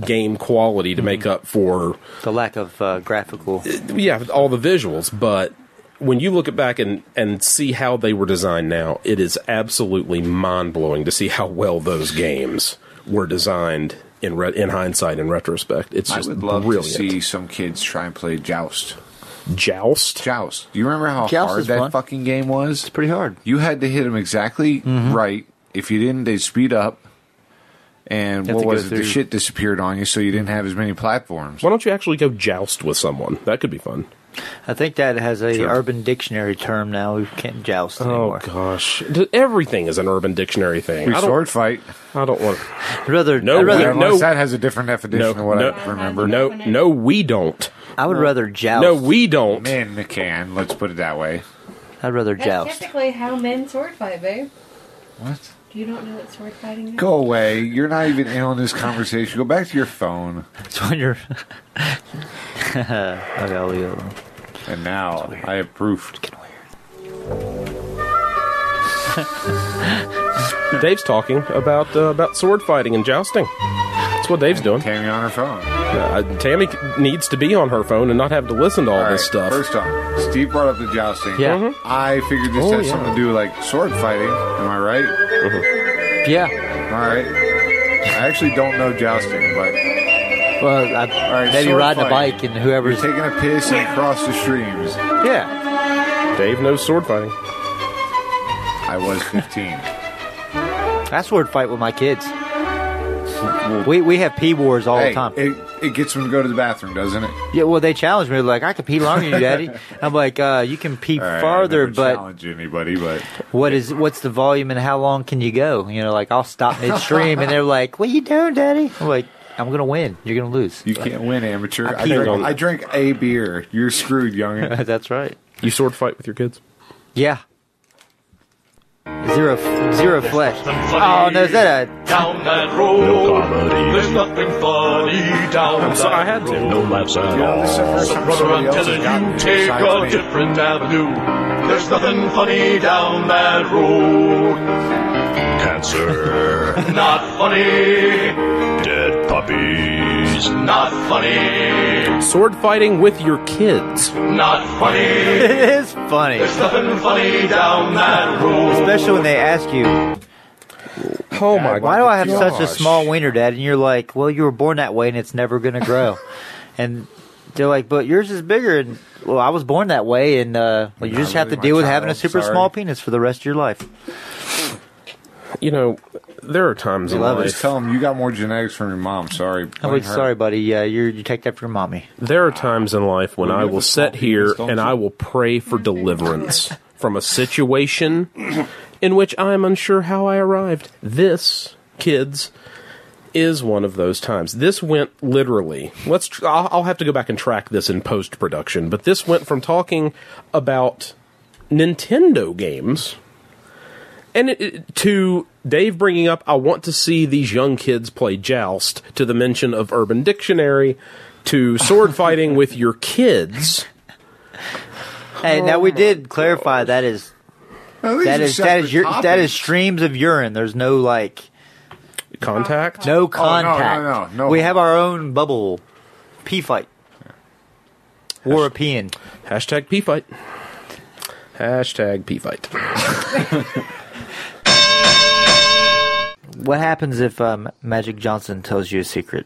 game quality to make up for The lack of uh, graphical. yeah, with all the visuals, but when you look at back and, and see how they were designed now, it is absolutely mind blowing to see how well those games were designed in re- in hindsight in retrospect. It's I just would love brilliant. to see some kids try and play Joust. Joust. Joust. Do you remember how Joust hard is that fun. fucking game was? Pretty hard. You had to hit them exactly Mm-hmm. right. If you didn't, they'd speed up. And have what to was go it? The through- shit disappeared on you, so you didn't have as many platforms. Why don't you actually go joust with someone? That could be fun. I think that has a Sure. Urban Dictionary term now. We can't joust Oh anymore. gosh, D- everything is an Urban Dictionary thing. We I don't. sword fight. I don't want. I'd rather, No, I'd we- rather, Unless no. that has a different definition No, of what no, I remember. no, no, we don't. I would rather joust. No, we don't. Men can. Let's put it that way. I'd rather That's joust. typically how men sword fight, babe. What? You don't know what sword fighting is? Go away. You're not even in on this conversation. Go back to your phone. It's when you're. okay, I'll leave it alone. And now I have proof. Dave's talking about uh, about sword fighting and jousting. That's what Dave's doing. Tammy on her phone. Uh, Tammy needs to be on her phone and not have to listen to all, All right, this stuff. First off, Steve brought up the jousting. Yeah. Mhm. I figured this Oh, had yeah. something to do with like sword fighting. Am I right? Yeah. All right. I actually don't know jousting, but Well, I, all right. maybe sword riding a fighting. bike and You're whoever's. taking a piss and across the streams. yeah. Dave knows sword fighting. I was 15. I sword fight with my kids. We we have pee wars all hey, the time. It, it gets them to go to the bathroom, doesn't it? yeah. Well, they challenge me like I can pee longer than you, Daddy. I'm like, uh, you can pee All right, I farther, never but challenge anybody, but what is what's the volume and how long can you go? You know, like I'll stop midstream and they're like, "What you doing, Daddy?" I'm like, "I'm gonna win. You're gonna lose." you can't win, amateur. I, peed drink, on- I drink a beer. You're screwed, youngin. That's right. You sword fight with your kids? Yeah. Zero, zero flesh. Oh no, is that a? Down that road, No comedy. there's nothing funny down I'm so- that I had to. road. No laughs at You know, this is the all. first time Brother, somebody I'm else has telling gotten you, it take a besides me. different avenue. There's nothing funny down that road. Cancer, Not funny, dead puppies, not funny, Sword fighting with your kids. not funny. It is funny, There's nothing funny down that road. especially when they ask you, Oh my "Why do I have such a Gosh. small wiener, Dad?" And you're like, "Well, you were born that way, and it's never gonna grow." and they're like, "But yours is bigger." And well, I was born that way, and uh, well, you Not just have really to my deal with having a child, super sorry. small penis for the rest of your life. You know, there are times in Love it. Just life. tell them you got more genetics from your mom. Sorry. I'm Blame like, her. Oh, "Sorry, buddy. Yeah, you you take that from your mommy." There are times in life when Well, you I have will a sit small here penis, don't and you? I will pray for deliverance from a situation in which I am unsure how I arrived. This, kids, is one of those times. This went literally. Let's. Tr- I'll, I'll have to go back and track this in post production. But this went from talking about Nintendo games and it, it- to Dave bringing up, I want to see these young kids play joust. To the mention of Urban Dictionary, to sword fighting with your kids. Hey, now we did clarify that is No, Oh these that are is that is separate your that is topics. streams of urine. There's no like Contact. Oh, no contact. no, no. We have our own bubble. Pee fight. War a peeing. Hashtag P fight. Hashtag P fight. What happens if um, Magic Johnson tells you a secret?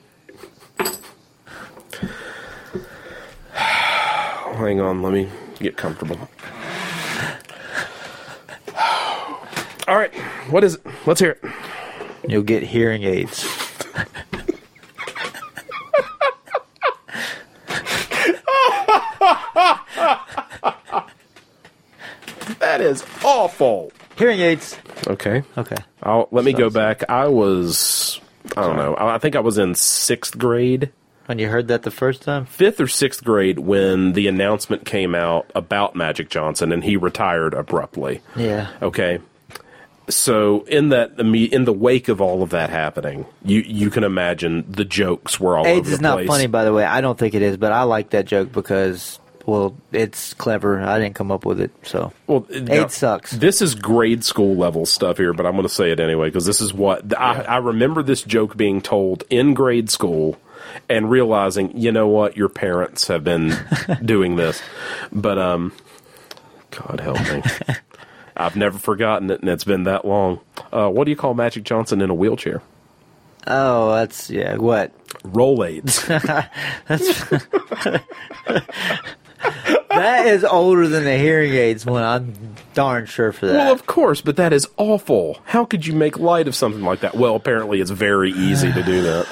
Hang on, let me get comfortable. All right, what is it? Let's hear it. You'll get hearing aids. That is awful. Hearing aids. Okay. Okay. I'll, let me go back. I was, I don't know, I I think I was in sixth grade. When you heard that the first time, fifth or sixth grade when the announcement came out about Magic Johnson and he retired abruptly. yeah. Okay. So in that imme- in the wake of all of that happening, you you can imagine the jokes were all AIDS over the is not place. funny, by the way. I don't think it is, but I like that joke because, well, it's clever. I didn't come up with it, so. Well, now, sucks. This is grade school level stuff here, but I'm going to say it anyway because this is what I, I remember this joke being told in grade school and realizing, you know what, your parents have been doing this. But um God help me. I've never forgotten it and it's been that long. Uh, what do you call Magic Johnson in a wheelchair? Oh, that's yeah. What? Roll aids. That is older than the hearing aids one. I'm darn sure for that. Well, of course, but that is awful. How could you make light of something like that? Well, apparently it's very easy to do that,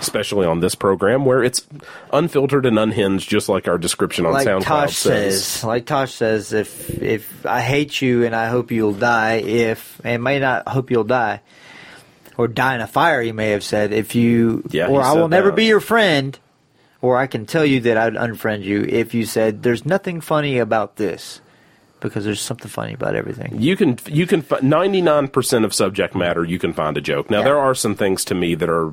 especially on this program where it's unfiltered and unhinged, just like our description on like SoundCloud Tosh says. says. Like Tosh says, if if I hate you and I hope you'll die, if and may not hope you'll die, or die in a fire, he may have said, if you Yeah, he or I said will never that. be your friend, or I can tell you that I'd unfriend you if you said there's nothing funny about this. because there's something funny about everything. You can you can ninety nine percent of subject matter you can find a joke. Now Yeah. there are some things to me that are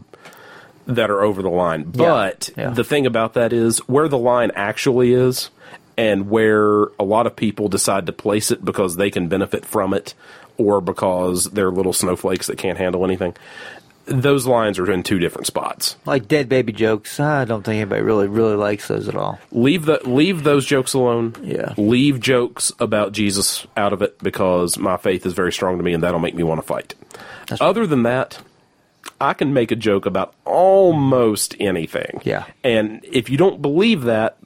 that are over the line, but Yeah. the thing about that is where the line actually is, and where a lot of people decide to place it because they can benefit from it, or because they're little snowflakes that can't handle anything. Those lines are in two different spots. Like dead baby jokes, I don't think anybody really really likes those at all. Leave the leave those jokes alone. Yeah. Leave jokes about Jesus out of it because my faith is very strong to me and that'll make me want to fight. Other than that, I can make a joke about almost anything. Yeah. And if you don't believe that,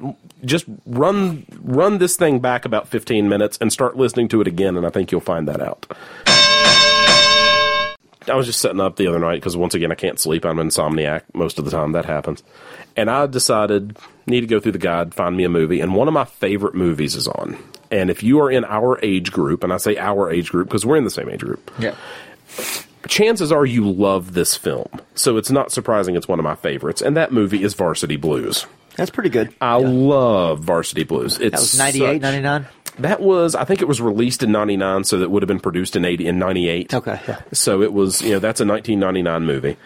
just run run this thing back about 15 minutes and start listening to it again and I think you'll find that out. I was just setting up the other night because once again I can't sleep. I'm insomniac most of the time. That happens, and I decided need to go through the guide, find me a movie, and one of my favorite movies is on. And if you are in our age group, and I say our age group because we're in the same age group, Yeah. chances are you love this film. So it's not surprising it's one of my favorites. And that movie is Varsity Blues. That's pretty good. I love Varsity Blues. It's That was 98, such- 99? That was I think it was released in '99, so that would have been produced in '80 in '98. Okay, yeah. So it was, you know, that's a 1999 movie.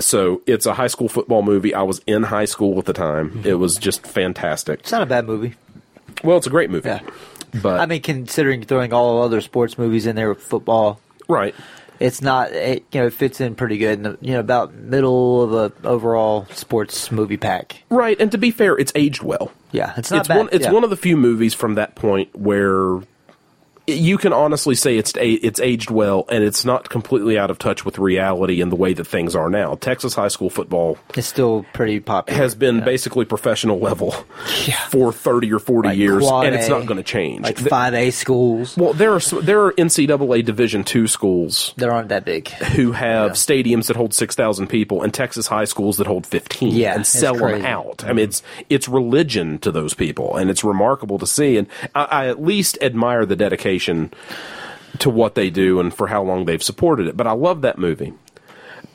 So it's a high school football movie. I was in high school at the time. Mm-hmm. It was just fantastic. It's not a bad movie. Well, it's a great movie. Yeah. But I mean, considering throwing all other sports movies in there with football, right. it's not it you know it fits in pretty good in the, you know about middle of a overall sports movie pack. Right, and to be fair, it's aged well. Yeah, it's not it's bad. one it's yeah. one of the few movies from that point where you can honestly say it's a- it's aged well and it's not completely out of touch with reality and the way that things are now. Texas high school football it's still pretty popular. has been basically professional level for 30 or 40 Like years quad and it's A, not going to change. like Th- five A schools. well, there are s- there are NCAA Division two schools They aren't that big. who have stadiums that hold six thousand people and Texas high schools that hold fifteen. Yeah, and it's sell them crazy. out. I mean, it's it's religion to those people, and it's remarkable to see. And I, I at least admire the dedication to what they do and for how long they've supported it. But I love that movie.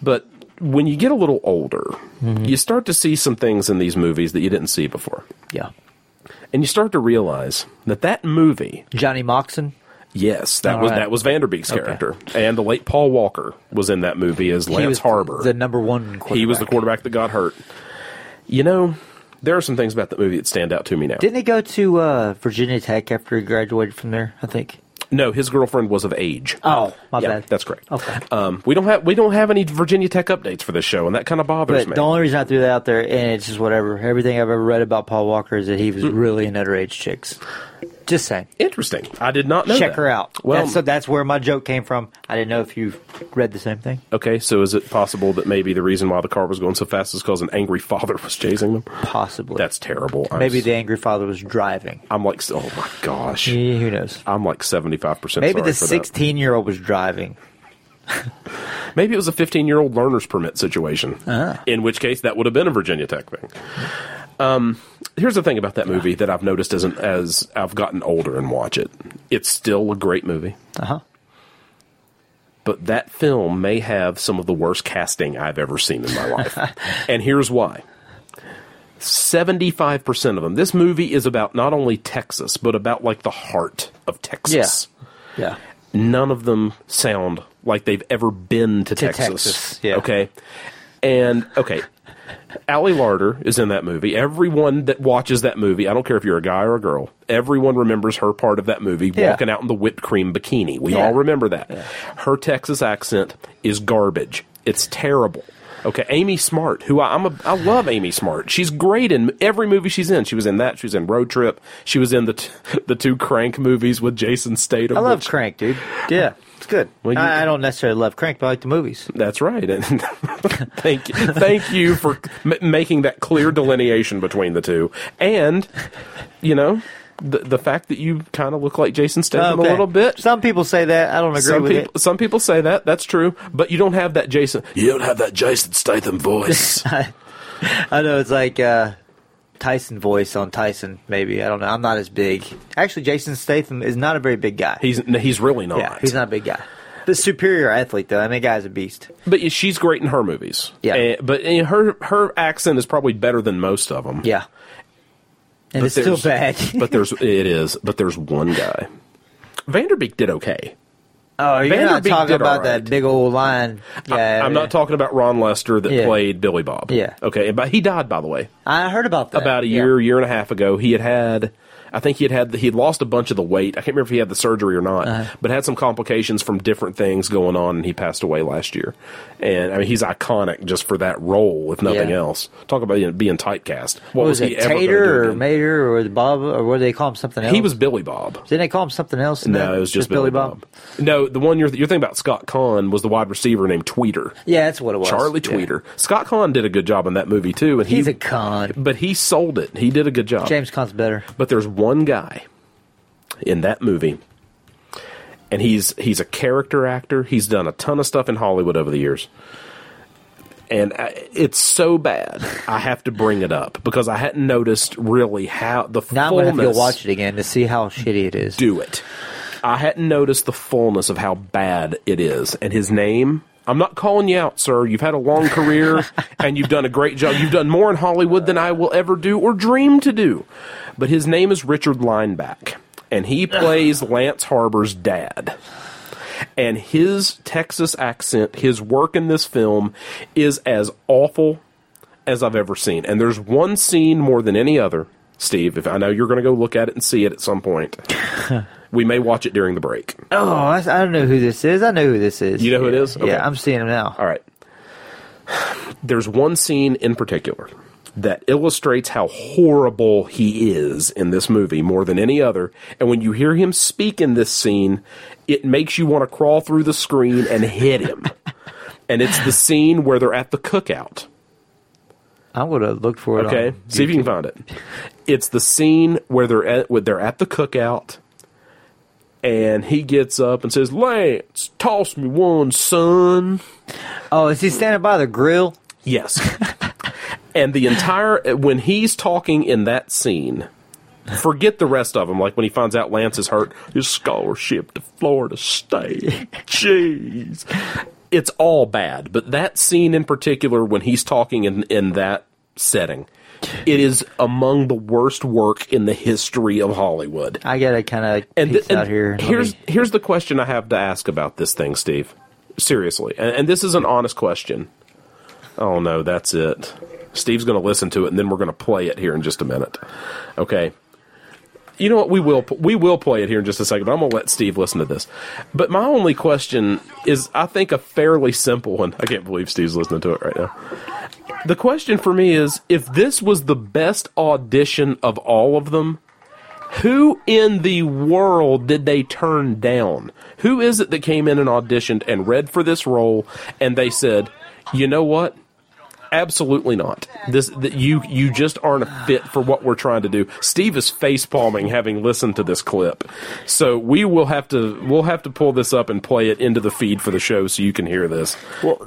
But when you get a little older, Mm-hmm. you start to see some things in these movies that you didn't see before, Yeah, and you start to realize that that movie Johnny Moxon. Yes, that All was right. that was Vanderbeek's character, and the late Paul Walker was in that movie as Lance he was Harbor. the number one. Quarterback. he was the quarterback that got hurt. You know, there are some things about that movie that stand out to me now. Didn't he go to uh, Virginia Tech after he graduated from there? I think. no, his girlfriend was of age. Oh, my yeah, bad. that's correct. Okay. Um, we don't have we don't have any Virginia Tech updates for this show, and that kind of bothers But me. the only reason I threw that out there, and it's just whatever. Everything I've ever read about Paul Walker is that he Hmm. was really into underage chicks. Just saying. Interesting. I did not know. Check that. her out. Well, Well, so that's where my joke came from. I didn't know if you read the same thing. okay. So is it possible that maybe the reason why the car was going so fast is because an angry father was chasing them? Possibly. That's terrible. I'm Maybe s- the angry father was driving. I'm like, oh my gosh. Yeah, who knows? I'm like 75% Maybe sorry the for that. 16 year old was driving. Maybe it was a 15 year old learner's permit situation, in which case that would have been a Virginia Tech thing. Um, here's the thing about that movie that I've noticed as, an, as I've gotten older and watch it it's still a great movie. Uh huh. But that film may have some of the worst casting I've ever seen in my life. and here's why 75% of them. This movie is about not only Texas, but about like the heart of Texas. Yeah. none of them sound like they've ever been to, Texas. Texas, yeah. Okay. And okay. Allie Larder is in that movie. Everyone that watches that movie, I don't care if you're a guy or a girl, everyone remembers her part of that movie Yeah. walking out in the whipped cream bikini. We Yeah. all remember that. Her Texas accent is garbage. It's terrible. Okay, Amy Smart, who I, I'm a, I love Amy Smart. She's great in every movie she's in. She was in that. She was in Road Trip. She was in the t- the two Crank movies with Jason Statham. I love which- Crank, dude. Yeah. It's good. Well, you- I, I don't necessarily love Crank, but I like the movies. That's right. And thank you, thank you for m- making that clear delineation between the two. And you know, the the fact that you kind of look like Jason Statham Okay. a little bit. Some people say that. I don't agree Some with people, some people say that that's true, but you don't have that Jason. You don't have that Jason Statham voice. it. I know it's like uh, Tyson voice on Tyson, maybe. I don't know. I'm not as big. Actually, Jason Statham is not a very big guy. he's no, he's really not. yeah, he's not a big guy. But superior athlete, though. I mean, guy's a beast. But yeah, she's great in her movies. Yeah. Eh, but eh, her her accent is probably better than most of them. Yeah. And But it's still bad. there's- but there's it is. But there's one guy Vanderbeek did okay. Oh, you're Vanderbeek not talking did about all right. that big old line. I, am not talking about Ron Lester that Yeah. played Billy Bob. Yeah. Okay, but he died by the way I heard about that about a Yeah. year, year and a half ago. He had had. I think he had had the, he'd lost a bunch of the weight. I can't remember if he had the surgery or not, Uh-huh. but had some complications from different things going on, and he passed away last year. And I mean, he's iconic just for that role, if nothing Yeah. else. Talk about you know, being typecast. What, What was, he it? ever gonna Tater do or again? Mater or Bob or what do they call him? Something else. He was Billy Bob. Didn't they call him something else? in No, that? it was just, Billy, Bob. No, the one you're you're thinking about, Scott Kahn, was the wide receiver named Tweeter. Yeah, that's what it was. Charlie Yeah. Tweeter. Scott Kahn did a good job in that movie too, and he- He's a con. but he sold it. He did a good job. James Con's better. But there's one guy in that movie, and he's he's a character actor. He's done a ton of stuff in Hollywood over the years, and I, it's so bad I have to bring it up because I hadn't noticed really how the Now I'm fullness. gonna have to go watch it again to see how shitty it is. Do it. I hadn't noticed the fullness of how bad it is, and his name. I'm not calling you out, sir. You've had a long career and you've done a great job. You've done more in Hollywood than I will ever do or dream to do. But his name is Richard Lineback, and he plays Lance Harbor's dad. And his Texas accent, his work in this film is as awful as I've ever seen. And there's one scene more than any other, Steve, if I know you're going to go look at it and see it at some point. we may watch it during the break. Oh, I, I don't know who this is. I know who this is. You know who it is? Okay. Yeah, I'm seeing him now. All right. There's one scene in particular that illustrates how horrible he is in this movie more than any other. And when you hear him speak in this scene, it makes you want to crawl through the screen and hit him. and it's the scene where they're at the cookout. I'm gonna look for it. Okay, on see if you can find it. It's the scene where they're at where they're at the cookout, and he gets up and says, "Lance, toss me one, son." Oh, is he standing by the grill? Yes. and the entire when he's talking in that scene, forget the rest of them. Like when he finds out Lance is hurt, his scholarship to Florida State. Jeez, it's all bad. But that scene in particular, when he's talking in in that setting. It is among the worst work in the history of Hollywood I gotta kind of and, peek th- out and here. and let here's me- here's the question I have to ask about this thing, Steve. Seriously, and, and this is an honest question. Oh no, that's it. Steve's going to listen to it, and then we're going to play it here in just a minute. Okay. You know what? We will we will play it here in just a second. But I'm going to let Steve listen to this. But my only question is, I think a fairly simple one. I can't believe Steve's listening to it right now. The question for me is, if this was the best audition of all of them, who in the world did they turn down? Who is it that came in and auditioned and read for this role and they said, "You know what? Absolutely not. This that you you just aren't a fit for what we're trying to do." Steve is face palming having listened to this clip. So we will have to we'll have to pull this up and play it into the feed for the show so you can hear this.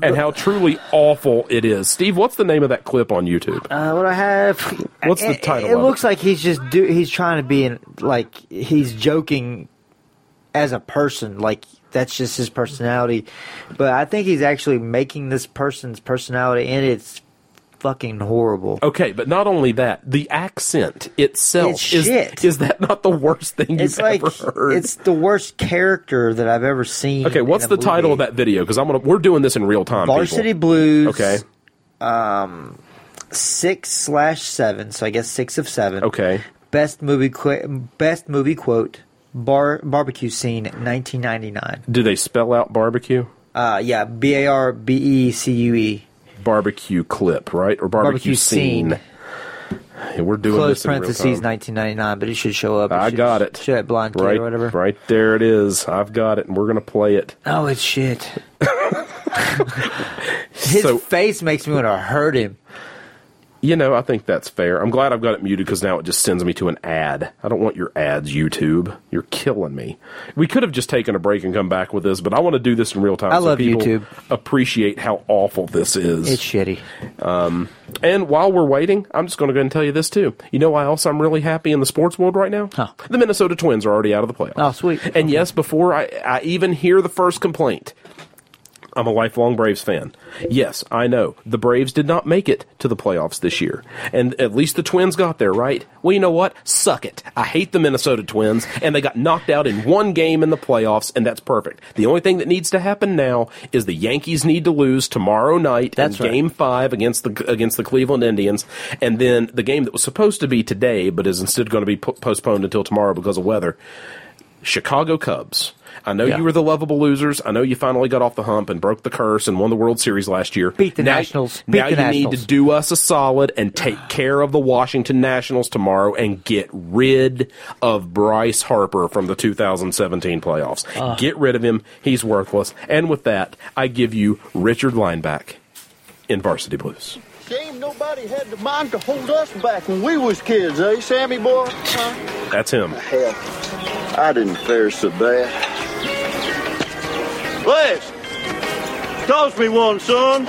and how truly awful it is. Steve, what's the name of that clip on YouTube? Uh, what I have? What's the It- title It, of it? looks like he's just do. He's trying to be in, like he's joking as a person. Like that's just his personality. But I think he's actually making this person's personality, and it's fucking horrible. Okay, but not only that, the accent itself It's is shit. is that not the worst thing you've It's like ever heard? it's the worst character that I've ever seen. okay, what's in a the title of movie. that video? Because I'm gonna we're doing this in real time. people. Varsity Blues. Okay, six slash seven. So I guess six of seven. okay. Best movie. Qu- best movie quote. Bar barbecue scene, 1999. Do they spell out barbecue? Uh, yeah, B A R B E C U E. Barbecue clip, right? Or barbecue, Barbecue scene. Yeah, we're doing Close this in real parentheses, time. 1999, but it should show up. I should- got it. Show at blind Kid right, or whatever. Right there it is. I've got it, and we're gonna play it. Oh, it's shit. His So- face makes me want to hurt him. You know, I think that's fair. I'm glad I've got it muted because now it just sends me to an ad. I don't want your ads, YouTube. You're killing me. We could have just taken a break and come back with this, but I want to do this in real time. I love people YouTube. Appreciate how awful this is. It's shitty. and while we're waiting, I'm just going to go ahead and tell you this too. You know why else I'm really happy in the sports world right now? Huh. The Minnesota Twins are already out of the playoffs. Oh, sweet. And yes, before I, I even hear the first complaint, I'm a lifelong Braves fan. Yes, I know. The Braves did not make it to the playoffs this year. And at least the Twins got there, right? Well, you know what? Suck it. I hate the Minnesota Twins, and they got knocked out in one game in the playoffs, and that's perfect. The only thing that needs to happen now is the Yankees need to lose tomorrow night That's in right. game five against the against the Cleveland Indians, and then the game that was supposed to be today, but is instead going to be po- postponed until tomorrow because of weather. Chicago Cubs. I know Yeah. you were the lovable losers. I know you finally got off the hump and broke the curse and won the World Series last year. Beat the Now- Nationals. Beat Now the you need Nationals. to do us a solid and take care of the Washington Nationals tomorrow and get rid of Bryce Harper from the 2017 playoffs. Get rid of him. He's worthless. And with that, I give you Richard Lineback in Varsity Blues. Shame nobody had the mind to hold us back when we was kids, eh, Sammy boy? Huh? That's him. Hell, I didn't fare so bad. Les, toss me one, son.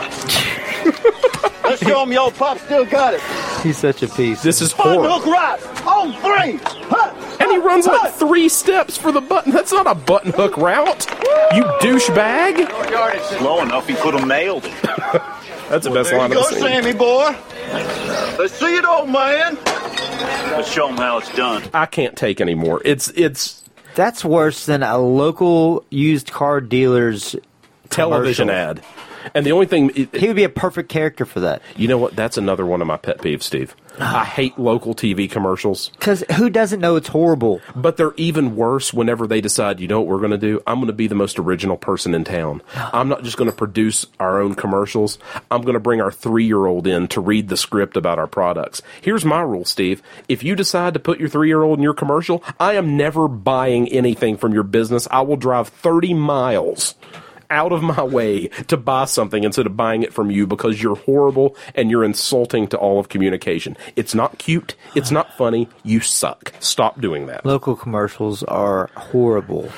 Let's show 'em your pop still got it. He's such a piece. This is Button horrible. hook right, on three. Huh, And he huh, runs huh. like three steps for the button. That's not a button hook route. You douchebag. Slow enough, he could have nailed it. That's the best There line you I've go, seen. Sammy boy. Let's see it, old man. Let's show him how it's done. I can't take anymore. It's it's That's worse than a local used car dealer's television commercial. ad. And the only thing, it- it- He would be a perfect character for that. you know what? That's another one of my pet peeves, Steve. I hate local TV commercials, Because who doesn't know it's horrible? but they're even worse whenever they decide, you know what we're going to do? I'm going to be the most original person in town. I'm not just going to produce our own commercials. I'm going to bring our three year old in to read the script about our products. Here's my rule, Steve. If you decide to put your three year old in your commercial, I am never buying anything from your business. I will drive 30 miles out of my way to buy something instead of buying it from you because you're horrible and you're insulting to all of communication. It's not cute. It's not funny. You suck. Stop doing that. Local commercials are horrible.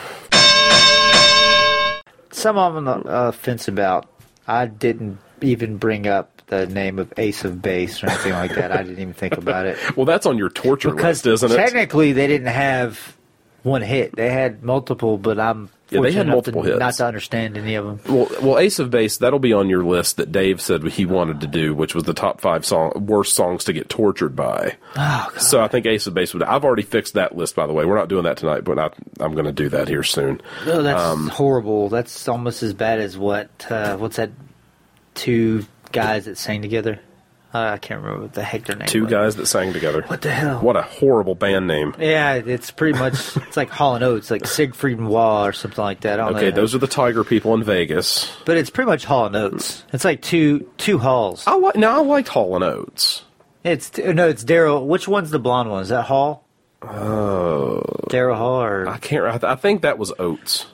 Some of them uh, fence about. I didn't even bring up the name of Ace of Base or anything like that. I didn't even think about it. Well, that's on your torture Because list, isn't it? technically, they didn't have one hit. They had multiple, but I'm Yeah, they fortunate had enough to- multiple hits. Not to understand any of them. Well, well, Ace of Base, that'll be on your list that Dave said he wanted to do, which was the top five song worst songs to get tortured by. Oh, So I think Ace of Base would. I've already fixed that list, by the way. We're not doing that tonight, but I, I'm going to do that here soon. No, Oh, that's Um, horrible. That's almost as bad as what? Uh, what's that? Two guys that sang together. Uh, I can't remember what the heck their name. Two was. guys that sang together. What the hell? What a horrible band name. Yeah, it's pretty much it's like Hall and Oates, like Siegfried and Wall or something like that. I don't Okay, know. those are the Tiger people in Vegas. But it's pretty much Hall and Oates. It's like two two Halls. I like. No, I liked Hall and Oates. It's no, it's Daryl. Which one's the blonde one? Is that Hall? Oh, Daryl Hall or I can't. I, th- I think that was Oates.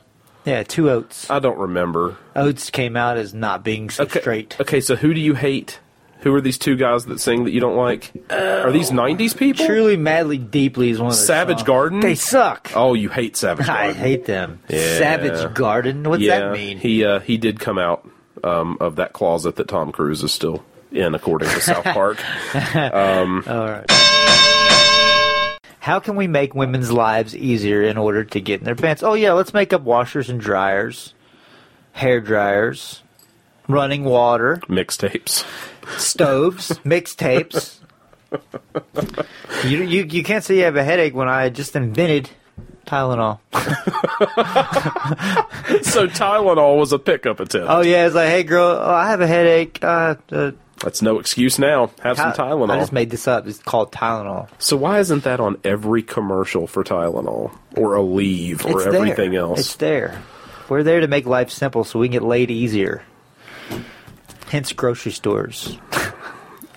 yeah, two Oates. I don't remember. Oates came out as not being so Okay. straight. Okay, so who do you hate? Who are these two guys that sing that you don't like? are these '90s people? Uh, Truly, madly, deeply is one of their Savage songs. Garden? They suck. Oh, you hate Savage I Garden. hate them. Yeah. Savage Garden. What does yeah, that mean? he uh, he did come out um, of that closet that Tom Cruise is still in, according to South Park. How can we make women's lives easier in order to get in their pants? Oh yeah, let's make up washers and dryers, hair dryers, running water, Mixtapes. stoves, mixtapes. you, you you can't say you have a headache when I just invented Tylenol. so Tylenol was a pickup attempt. Oh yeah, it's like hey girl, oh, I have a headache. Uh, uh, That's no excuse now. Have some Ty- Tylenol. I just made this up. It's called Tylenol. So why isn't that on every commercial for Tylenol or Aleve or It's there. everything else? It's there. We're there to make life simple so we can get laid easier. Hence grocery stores.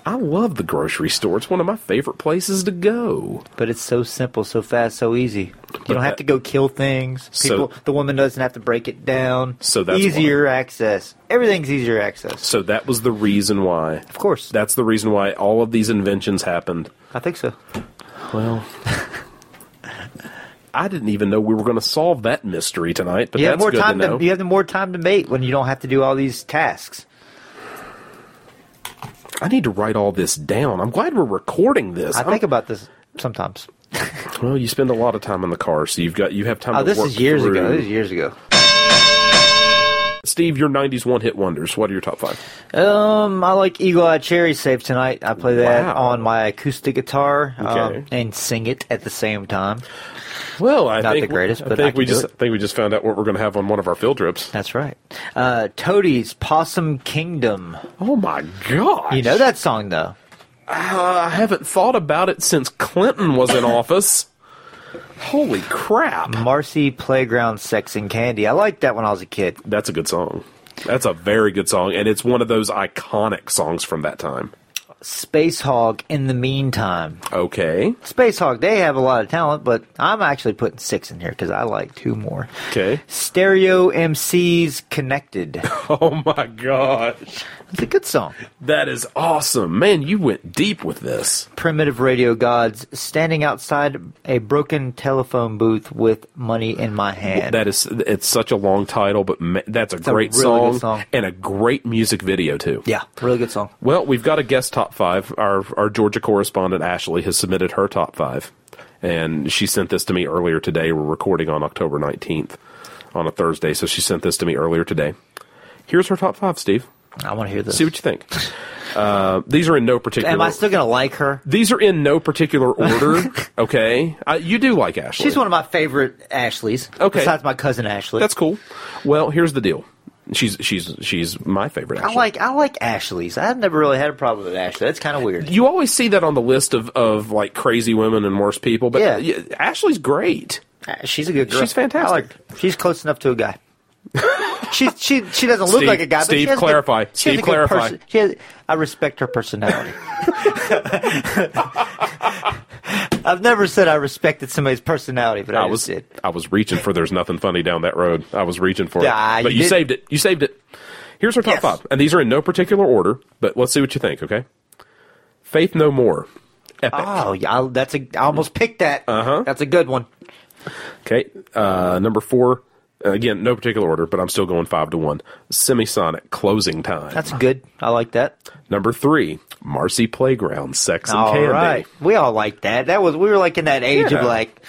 I love the grocery store. It's one of my favorite places to go. But it's so simple, so fast, so easy. You don't have that- to go kill things. So- People, the woman doesn't have to break it down. So that's easier access. Everything's easier access. So that was the reason why. Of course. That's the reason why all of these inventions happened. I think so. Well, I didn't even know we were going to solve that mystery tonight, but You have that's more good time to know. you have more time to mate when you don't have to do all these tasks. I need to write all this down. I'm glad we're recording this. I I'm- think about this sometimes. well, you spend a lot of time in the car, so you've got you have time. Oh, to this work is years through. ago. This is years ago. Steve, your '90s one-hit wonders. What are your top five? Um, I like Eagle Eye Cherry Safe tonight. I play that Wow. on my acoustic guitar um, Okay. and sing it at the same time. Well, I Not think the greatest, I but think I can we do just it. I think we just found out what we're going to have on one of our field trips. That's right. Uh, Toadie's Possum Kingdom. Oh my god! You know that song though. I haven't thought about it since Clinton was in office. Holy crap! Marcy Playground Sex and Candy. I liked that when I was a kid. That's a good song. That's a very good song, and it's one of those iconic songs from that time. Space Hog in the meantime. Okay. Space Hog, they have a lot of talent, but I'm actually putting six in here because I like two more. Okay. Stereo MCs Connected. Oh my gosh. It's a good song. That is awesome. Man, you went deep with this. Primitive Radio Gods standing outside a broken telephone booth with money in my hand. That is it's such a long title, but ma- that's a a great really song, good song. and a great music video too. yeah, really good song. Well, we've got a guest top five. Our our Georgia correspondent Ashley has submitted her top five, and she sent this to me earlier today. We're recording on October nineteenth, on a Thursday, so she sent this to me earlier today. Here's her top five, Steve. I want to hear this. See what you think. Uh, these are in no particular. Am I still gonna like her? these are in no particular order. okay, uh, you do like Ashley. She's one of my favorite Ashleys. Okay. Besides my cousin Ashley. That's cool. Well, here's the deal. She's she's she's my favorite. I Ashley. like I like Ashley's. I've never really had a problem with Ashley. That's kind of weird. you always see that on the list of, of like crazy women and worse people, but Yeah. uh, yeah, Ashley's great. Uh, She's a good girl. She's fantastic. I like her. She's close enough to a guy. she she she doesn't look Steve- like a guy. but she Steve, has a good- clarify. she has Steve, a good clarify. person- she has- I respect her personality. I've never said I respected somebody's personality, but I, I just was did. I was reaching for there's nothing funny down that road. I was reaching for Ah, it, but you you, did- saved it. You saved it. Here's our top Yes. five, and these are in no particular order. But let's see what you think. Okay, Faith No More, epic. Oh, yeah, I, that's a. I almost picked that. Uh-huh. That's a good one. Okay, uh, number four. Again, no particular order, but I'm still going five to one. Semisonic closing time. That's good. I like that. number three. Marcy Playground, sex and All right, candy. we all like that. That was we were like in that age Yeah. of like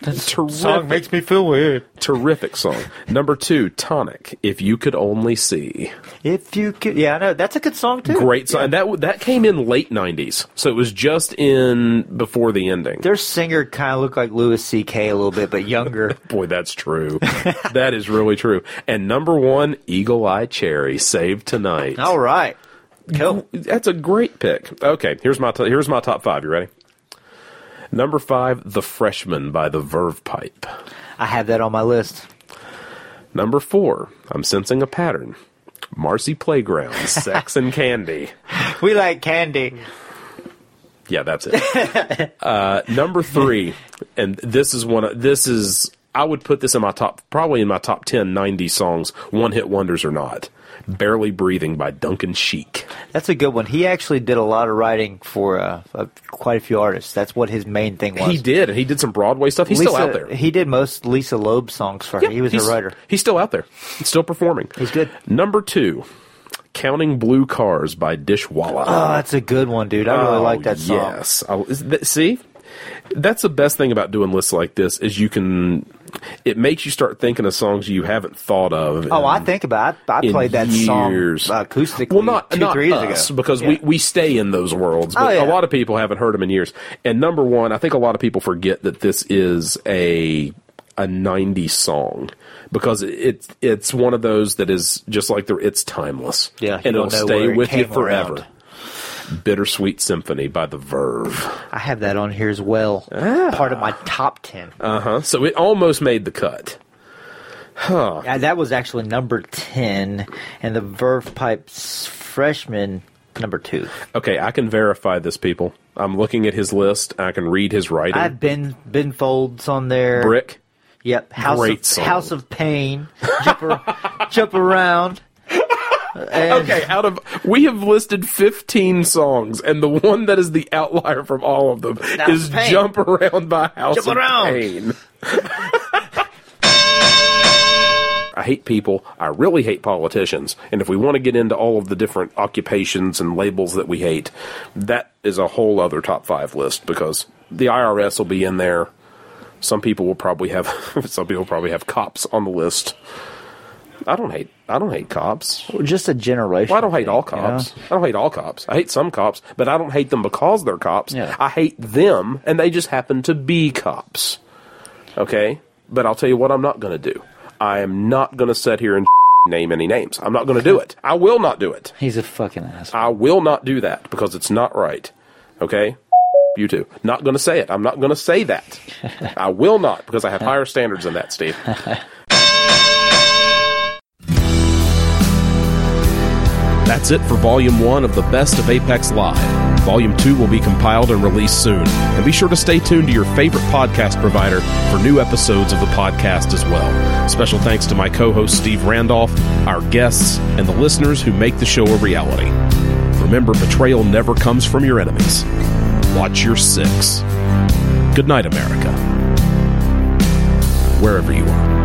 Terrific, me feel weird. terrific song. Number two, Tonic. If you could only see. If you could, yeah, I know that's a good song too. Great song. And that w- that came in late '90s, so it was just in before the ending. Their singer kind of looked like Louis C.K. a little bit, but younger. Boy, that's true. that is really true. And number one, Eagle Eye Cherry, Save Tonight. all right, cool. That's a great pick. Okay, here's my to here's my top five. You ready? Number five, The Freshman by the Verve Pipe. I have that on my list. Number four, I'm sensing a pattern. Marcy Playground, Sex and Candy. We like candy. Yeah, that's it. uh, number three, and this is one. Of, this is I would put this in my top, probably in my top 10 90 songs, one hit wonders or not. Barely Breathing by Duncan Sheik. That's a good one. He actually did a lot of writing for uh, uh, quite a few artists. That's what his main thing was. He did, and he did some Broadway stuff. He's still Lisa- out there. He did most Lisa Loeb songs for her. Yeah, He was a he's- writer. He's still out there. He's still performing. He's good. Number two, Counting Blue Cars by Dishwalla. Oh, that's a good one, dude. I really like that song. Oh, Yes. I, is that, see, that's the best thing about doing lists like this is you can. It makes you start thinking of songs you haven't thought of. Oh, I in- think about. it. I in played that song years. uh, acoustically Well, not two, not three years us ago because we, we stay in those worlds. But Oh, a yeah. lot of people haven't heard them in years. And number one, I think a lot of people forget that this is a a '90s song because it's it's one of those that is just like the it's timeless. Yeah, you and it'll don't know stay where it with you came forever. around. Bittersweet Symphony by The Verve. I have that on here as well. Ah. Part of my top ten. Huh? Uh-huh. So it almost made the cut. Yeah, Uh, that was actually number 10, and the Verve Pipes freshman, number two. Okay, I can verify this, people. I'm looking at his list. I can read his writing. I've been Ben Folds on there. Brick. Yep. House Great of, song. House of Pain. Jump, ar- jump around. And Okay, out of we have listed 15 songs, and the one that is the outlier from all of them House is of Pain. "Jump Around" by House Jump of Around. Pain. I hate people. I really hate politicians. And if we want to get into all of the different occupations and labels that we hate, that is a whole other top five list because the IRS will be in there. Some people will probably have some people probably have cops on the list. I don't hate. I don't hate cops. Well, just a generation. Well, I don't hate thing, all you know? cops. I don't hate all cops. I hate some cops, but I don't hate them because they're cops. Yeah. I hate them, and they just happen to be cops. Okay, but I'll tell you what I'm not going to do. I am not going to sit here and name any names. I'm not going to do it. I will not do it. He's a fucking asshole. I will not do that because it's not right. Okay? You too. Not going to say it. I'm not going to say that. I will not because I have higher standards than that, Steve. That's it for Volume 1 of the Best of Apex Live. Volume 2 will be compiled and released soon, and be sure to stay tuned to your favorite podcast provider for new episodes of the podcast as well. Special thanks to my co host Steve Randolph, our guests, and the listeners who make the show a reality. Remember, betrayal never comes from your enemies. Watch your six. Good night, America. Wherever you are.